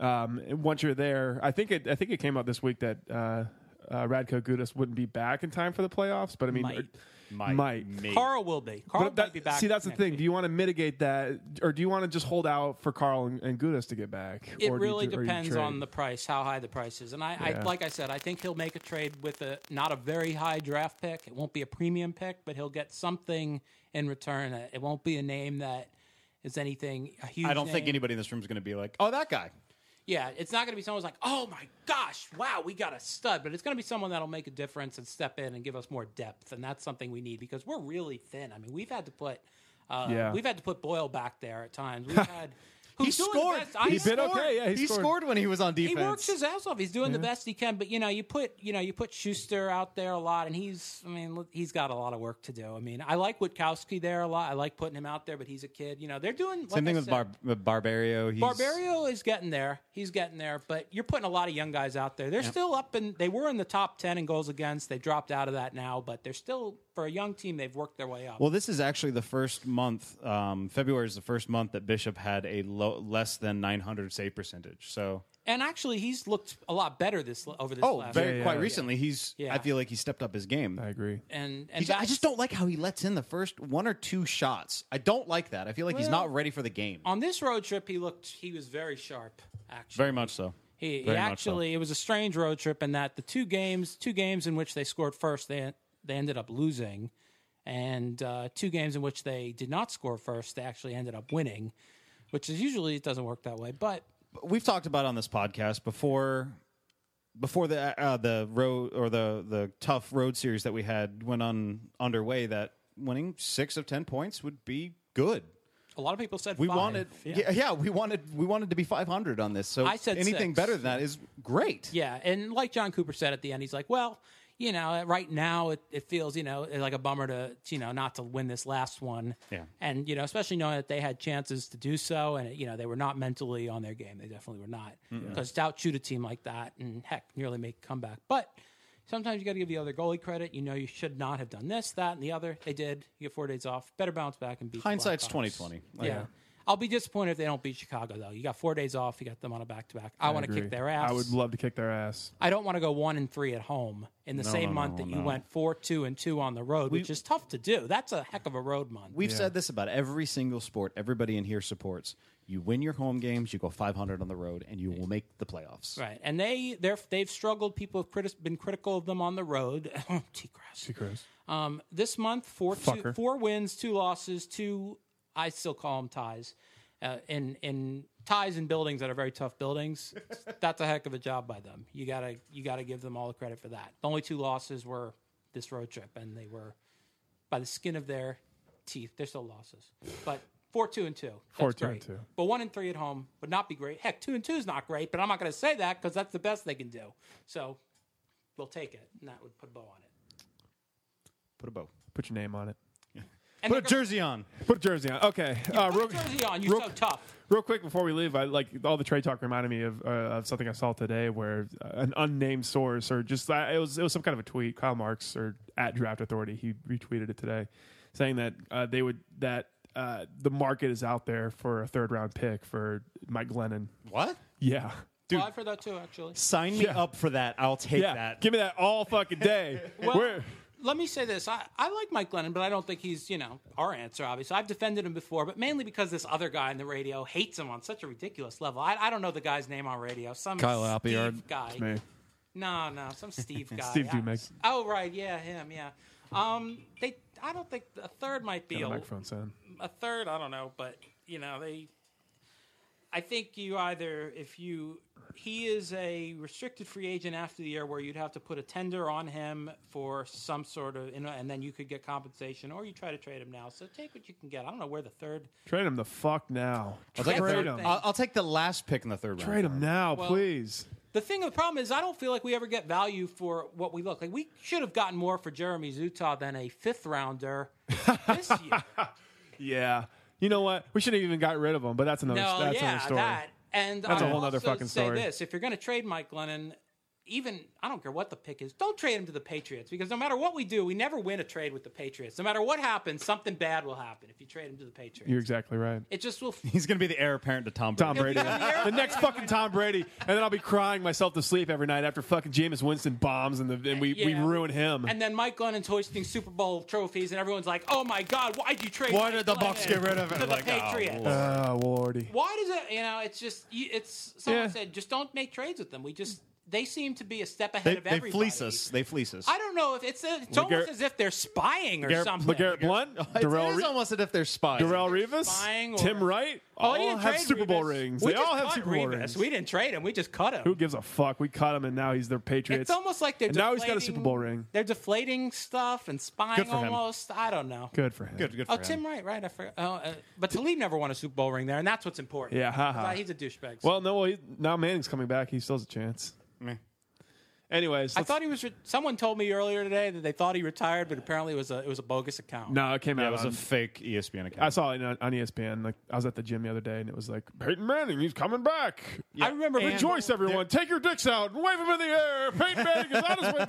Um, and once you're there, I think it. I think it came out this week that uh, uh, Radko Gudas wouldn't be back in time for the playoffs, but I mean, er, Might. might, Carl will be. Carl But might be back. See, that's the next thing. week. Do you want to mitigate that, or do you want to just hold out for Carl and, and Gudas to get back? It Or do you really ju- or you depends trade? on the price, how high the price is, and I, I Yeah. like I said, I think he'll make a trade with a not a very high draft pick. It won't be a premium pick, but he'll get something in return. Uh, It won't be a name that is anything a huge. I don't think name. anybody in this room is going to be like, (laughs) oh, that guy. Yeah, it's not going to be someone who's like, oh my gosh, wow, we got a stud, but it's going to be someone that'll make a difference and step in and give us more depth, and that's something we need because we're really thin. I mean, we've had to put, uh, Yeah. we've had to put Boyle back there at (laughs) times. We've had. Who's doing the best- I He know. been okay. Yeah, he, scored. when he was on defense. He works his ass off. He's doing the Yeah. best he can, but you know, you put you know you put Schuster out there a lot, and he's I mean look, he's got a lot of work to do. I mean, I like Witkowski there a lot. I like putting him out there, but he's a kid. You know, they're doing like Same thing I with said, Bar- with Barbario. He's, Barbario is getting there. He's getting there, but you're putting a lot of young guys out there. They're Yeah. still up and they were in the top ten in goals against. They dropped out of that now, but they're still for a young team. They've worked their way up. Well, this is actually the first month. Um, February is the first month that Bishop had a low, less than 900 save percentage. So, and actually, he's looked a lot better this over this. oh, last very year. quite recently, he's. Yeah. I feel like he stepped up his game. I agree. And and I just don't like how he lets in the first one or two shots. I don't like that. I feel like he's Well- not ready for the game. on this road trip, he looked he was very sharp. Actually, Very much so. He, he Very much so. actually, it was a strange road trip in that the two games, two games in which they scored first, they they ended up losing, and uh, two games in which they did not score first, they actually ended up winning, which is usually it doesn't work that way. But we've talked about on this podcast before before the uh, the road or the the tough road series that we had went on underway that winning 6 of 10 points would be good. a lot of people said We five. wanted yeah. yeah, we wanted we wanted to be 500 on this. So I said anything six. better than that is great. Yeah, and like John Cooper said at the end, he's like, "Well, you know, right now it, it feels you know like a bummer to you know not to win this last one." Yeah. and you know, especially knowing that they had chances to do so, and you know they were not mentally on their game. They definitely were not Mm-mm. because to outshoot a team like that and heck, nearly make a comeback. But sometimes you got to give the other goalie credit. You know, you should not have done this, that, and the other. They did. You get four days off. Better bounce back and beat. the Hindsight's Blackhawks. 2020. Yeah. I'll be disappointed if they don't beat Chicago though. You got four days off. You got them on a back to back. I, want to agree. kick their ass. I would love to kick their ass. I don't want to go one and three at home in the No, same no, month no, that you no. went four, two, and two on the road, which is tough to do. That's a heck of a road month. We've said this about every single sport everybody in here supports. You win your home games, you go 500 on the road and you will make the playoffs. right, and they they're, they've struggled. People have critis- been critical of them on the road. (laughs) Seacrest. Seacrest. Um, this month, four two, Fucker. four wins, two losses, two I still call them ties. Uh, in in ties in buildings that are very (laughs) tough buildings, that's a heck of a job by them. You gotta you gotta give them all the credit for that. The only two losses were this road trip, and they were by the skin of their teeth. They're still losses, but four two and two. 4-2 That's and great. two. But one and three at home would not be great. Heck, two and two is not great, but I'm not going to say that because that's the best they can do. So we'll take it, and that would put a bow on it. Put a bow. Put your name on it. And Put a jersey on. Put a jersey on. Okay. Uh, real, Jersey on, you're so tough. real quick before we leave, I like all the trade talk reminded me of, uh, of something I saw today where uh, an unnamed source or just uh, it was it was some kind of a tweet. Kyle Marks or at Draft Authority he retweeted it today, saying that uh, they would that uh, the market is out there for a third round pick for Mike Glennon. What? Yeah. Dude, well, I've heard that too, actually. Sign me Yeah. up for that. I'll take Yeah. that. Give me that all fucking day. (laughs) Well, Where- let me say this. I, I like Mike Glennon, but I don't think he's, you know, our answer, obviously. I've defended him before, but mainly because this other guy in the radio hates him on such a ridiculous level. I, I don't know the guy's name on radio. Some Kyle Steve Alpiard. guy. It's me. No, no, some (laughs) Steve guy. Steve I- Dumas. Oh, right. Yeah, him. Yeah. Um, they. I don't think a third might be Got a a, microphone sound. a third. I don't know, but you know they. I think you either if you he is a restricted free agent after the year where you'd have to put a tender on him for some sort of you know, and then you could get compensation or you try to trade him now. So take what you can get. I don't know where the third. Trade him the fuck now. I'll take, a Trade third- him. I'll, I'll take the last pick in the third round. Trade him now, Well, please. The thing, the problem is, I don't feel like we ever get value for what we look like. We should have gotten more for Jeremy Zuta than a fifth rounder. Yeah. You know what? We should have even got rid of him, but that's another. no, that's yeah, another story. that. And that's I a whole other other fucking say story. This, if you're going to trade Mike Glennon, even I don't care what the pick is, don't trade him to the Patriots because no matter what we do, we never win a trade with the Patriots. No matter what happens, something bad will happen if you trade him to the Patriots. You're exactly right. It just will. F- He's going to be the heir apparent to Tom Brady. Tom Brady. the next fucking Tom Brady. And then I'll be crying myself to sleep every night after fucking Jameis Winston bombs and, the, and (laughs) we, we Yeah. ruin him. and then Mike Glennon's hoisting Super Bowl trophies, and everyone's like, "Oh my God, why'd you trade? Why Mike did the Glennon Bucs get rid of him? To the Like, oh, Patriots. Oh, Lordy. Why does it? You know, it's just you- it's someone Yeah. said just don't make trades with them. We just they seem to be a step ahead They, of they everybody. fleece us. They fleece us. I don't know if it's a, it's Legarrette- almost as if they're spying or Legarrette- something. LeGarrette Blunt, Darrell It's Re- almost as if they're spies. Darrell Revis, Spying or- Tim Wright, Oh, he all didn't have trade Super Bowl Revis. rings. We they just all have cut Super Bowl Revis. rings. We didn't trade him. We just cut him. Who gives a fuck? We cut him, and now he's their Patriots. It's almost like they're And now he's got a deflating- Super Bowl ring. They're deflating stuff and spying Good for him. almost. I don't know. Good for him. Good- good oh, for him. Tim Wright, right? I forgot. Oh, uh, but Talib never won a Super Bowl ring there, and that's what's important. Yeah, ha, 'Cause, ha. uh, He's a douchebag. Well, no, well, he, now Manning's coming back. He still has a chance. Anyways, I let's- thought he was. Re- someone told me earlier today that they thought he retired, but apparently it was a it was a bogus account. (laughs) No, it came Yeah, out. it was a on- fake E ESPN account. I saw it on, E on ESPN. Like I was at the gym the other day, and it was like Peyton Manning. He's coming back. I remember- Rejoice, everyone! Take your dicks out and wave them in the air. (laughs) Peyton Manning is on his way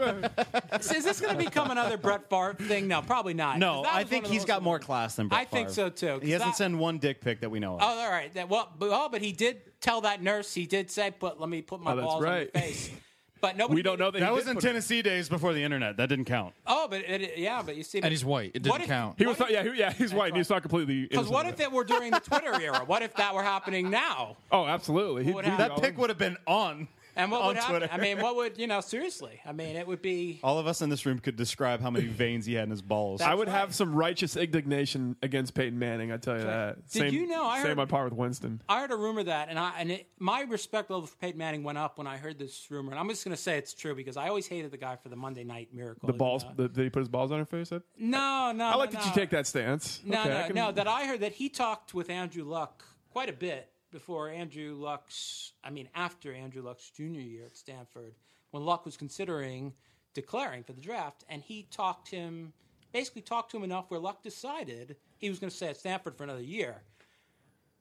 back. So is this going to become another Brett Favre thing? No, probably not. No, 'Cause that I was one think of the he's most- got more class than Brett I think Favre. so, too, 'cause He hasn't that- sent one dick pic that we know of. Oh, all right. That, well, but, oh, but he did tell that nurse. He did say, "Put let me put my Oh, that's balls right. on (laughs) your face." But nobody. made- That was in Tennessee days before the internet. That didn't count. Oh, but it, it- yeah, but you see, And he's white. It What didn't if- count. He was not, yeah, he, yeah, he's white. and He's not completely. Because innocent what of if it. it were during the Twitter era? What if that were happening now? Oh, absolutely. He, What would he- happen? That pic would have been on. (laughs) And what On would happen? Twitter. I mean, what would you know? Seriously, I mean, it would be. All of us in this room could describe how many veins he had in his balls. I would have some righteous indignation against Peyton Manning. I tell you that. Did you know I same heard- on par with Winston. I heard a rumor that, and I and it, my respect level for Peyton Manning went up when I heard this rumor. And I'm just going to say it's true because I always hated the guy for the Monday Night Miracle. The you balls. know? The, did he put his balls on her face? I, No, no. I like no, that you no. take that stance. No, Okay, no, I can- no. That I heard that he talked with Andrew Luck quite a bit before Andrew Luck's, I mean, after Andrew Luck's junior year at Stanford, when Luck was considering declaring for the draft, and he talked him, basically talked to him enough where Luck decided he was going to stay at Stanford for another year.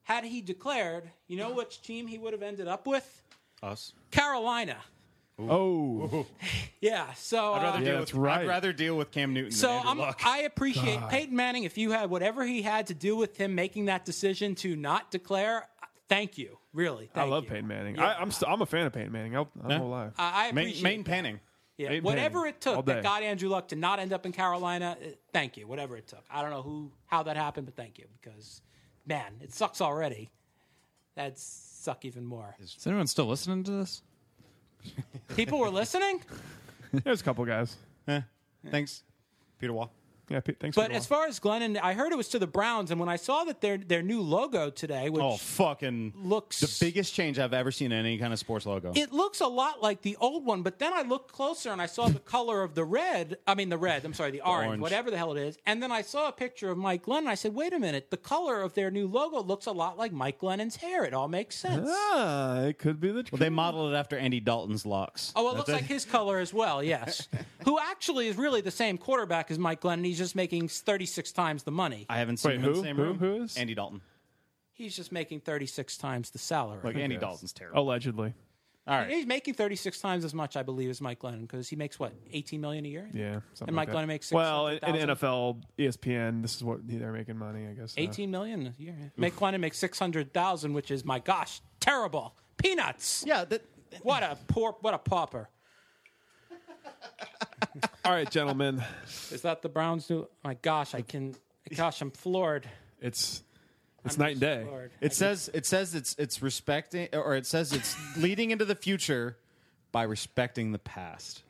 Had he declared, you know which team he would have ended up with? Us. Carolina. Oh. Yeah, so I'd rather, uh, deal with, I'd rather deal with Cam Newton so than Andrew I'm, Luck. I appreciate God. Peyton Manning. If you had whatever he had to do with him making that decision to not declare, thank you. Really, I thank love you. Peyton Manning. Yeah. I, I'm st- I'm a fan of Peyton Manning. I'll, I'm Yeah. whole life. I- I Main- appreciate main that. Panning. Yeah, Peyton whatever Manning, it all took day. that got Andrew Luck to not end up in Carolina. uh, Thank you. Whatever it took. I don't know who how that happened, but thank you because man, it sucks already. That'd suck even more. Is anyone still listening to this? People (laughs) were listening, There's a couple guys. Thanks, Peter Wall. Yeah, Pete, thanks. but Peter as far as Glennon, I heard it was to the Browns, and when I saw that their their new logo today, which Oh, fucking looks the biggest change I've ever seen in any kind of sports logo. It looks a lot like the old one, but then I looked closer and I saw the color of the red. I mean, the red. I'm sorry, the, orange, orange. whatever the hell it is. And then I saw a picture of Mike Glenn. And I said, "Wait a minute, the color of their new logo looks a lot like Mike Glennon's hair. It all makes sense." Ah, it could be the. Well, they modeled it after Andy Dalton's locks. Oh, well, it looks like his color as well. Yes, who actually is really the same quarterback as Mike Glennon. He's just making 36 times the money. I haven't seen Wait, him in who? the same Who? room. Who is? Andy Dalton? He's just making 36 times the salary. Like Andy Dalton's terrible. Allegedly. All right. He's making 36 times as much, I believe, as Mike Glennon because he makes what 18 million a year. Yeah, something and Mike like that. Glennon makes well in, in 600,000. NFL, ESPN. This is what they're making money, I guess. uh, 18 million a year. Make Quantum make 600,000, which is, my gosh, terrible. Peanuts. Yeah. That, what a poor, what a pauper. All right, gentlemen. Is that the Browns new? My gosh, I can, gosh, I'm floored. It's it's night and day. Lord. It says it says it's it's respecting or it says it's leading into the future by respecting the past.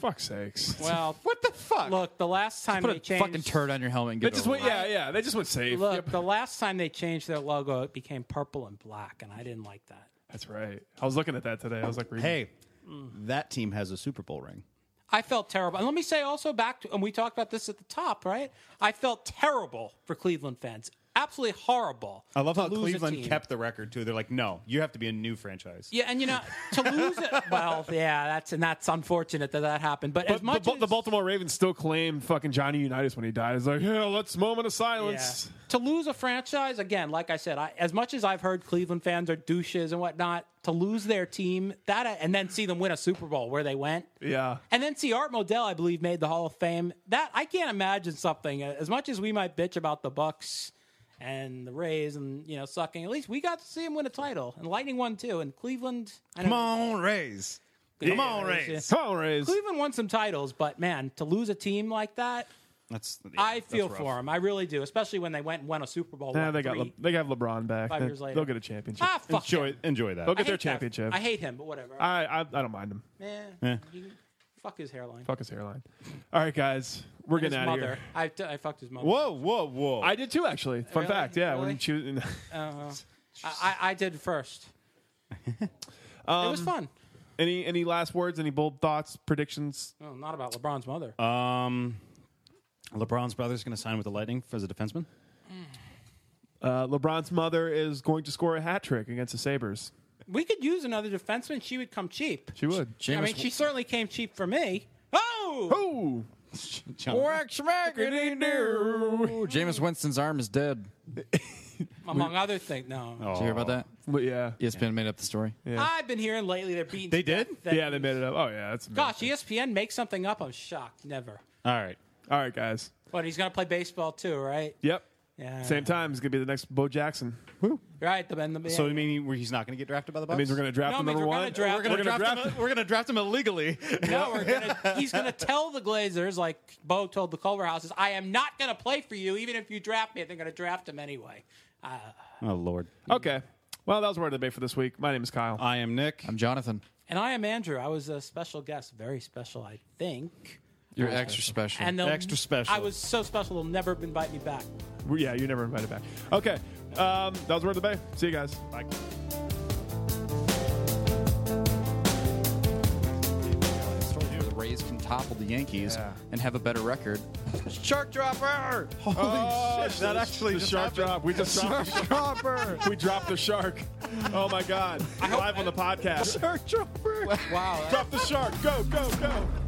Fuck's sakes. Well, (laughs) what the fuck? Look, the last time put they a changed. fucking turd on your helmet and They get just over went, it. yeah, yeah. They just went safe. Look, Yep. the last time they changed their logo, it became purple and black, and I didn't like that. That's right. I was looking at that today. I was like, reading. Hey, Mm. that team has a Super Bowl ring. I felt terrible. And let me say also back to, and we talked about this at the top, right? I felt terrible for Cleveland fans. absolutely horrible. I love to how lose a Cleveland team. kept the record too. They're like, no, you have to be a new franchise. Yeah, and you know to lose it. (laughs) Well, yeah, that's and that's unfortunate that that happened. But, as But much the, Ba- as the Baltimore Ravens still claim fucking Johnny Unitas when he died. It's like, yeah, let's moment of silence. Yeah. To lose a franchise, again, like I said, I, as much as I've heard Cleveland fans are douches and whatnot, to lose their team, that uh, and then see them win a Super Bowl where they went. Yeah. And then see Art Modell, I believe, made the Hall of Fame. That I can't imagine something. uh, As much as we might bitch about the Bucks and the Rays and you know sucking, at least we got to see him win a title. And Lightning won too. And Cleveland, I Come don't- on, Rays. Yeah, Come on, Rays. Rays, yeah. Come on, Rays. Cleveland won some titles, but man, to lose a team like that, That's yeah, I that's feel rough. for them. I really do, especially when they went and won a Super Bowl. Nah, what, they got three? Le- they have LeBron back. Five They- years later. they'll get a championship. Ah, fuck enjoy yeah. enjoy that. They'll I get their hate that. championship. I hate him, but whatever. I, I I don't mind him. Man, Yeah. he- fuck his hairline. Fuck his (laughs) hairline. All right, guys, we're And getting his out mother. of here. I, t- I fucked his mother. Whoa, whoa, whoa! I did too, actually. Fun Really? fact, yeah. Really? When she was in, Uh, I, I I did (laughs) first. um, it was fun. (laughs) Any any last words? Any bold thoughts? Predictions? Well, not about LeBron's mother. Uh, Um, LeBron's brother's going to sign with the Lightning as a defenseman. Uh, LeBron's mother is going to score a hat trick against the Sabers. We could use another defenseman. She would come cheap. She would. I mean, she certainly came cheap for me. Oh! John- Jameis Winston's arm is dead. Among other things. No. Did you hear about that? E But yeah, ESPN made up the story. I've been hearing lately they're beating. They did? yeah, they made it up. Oh yeah, that's Gosh, E ESPN makes something up. I'm shocked. Never. all right. All right, guys. But he's going to play baseball too, right? Yep. Yeah. Same time is going to be the next Bo Jackson. Woo. Right. The bend the So you mean he- he's not going to get drafted by the Bucks? That means we're going to draft No, it him means number we're one. gonna draft- We're going to draft, him. We're going to draft him illegally. No, we're gonna, he's going to tell the Glazers, like Bo told the Culver Houses, I am not going to play for you, even if you draft me. They're going to draft him anyway. Uh, Oh Lord. (laughs) Okay. Well, that was word of the day for this week. My name is Kyle. I am Nick. I'm Jonathan. and I am Andrew. I was a special guest, very special, I think. You're extra special. And they'll- Extra special. I was so special, they'll never invite me back. Yeah, you're never invited back. Okay. Um, that was word of the day. See you guys. Bye. The Rays can topple the Yankees and have a better record. Shark dropper. Holy shit! That actually the just shark happened. drop. We Oh, (laughs) just dropped the Shark shark. dropper. we dropped the shark. Oh my god! Live on the podcast. Shark dropper. Wow. Drop the shark. Go go go.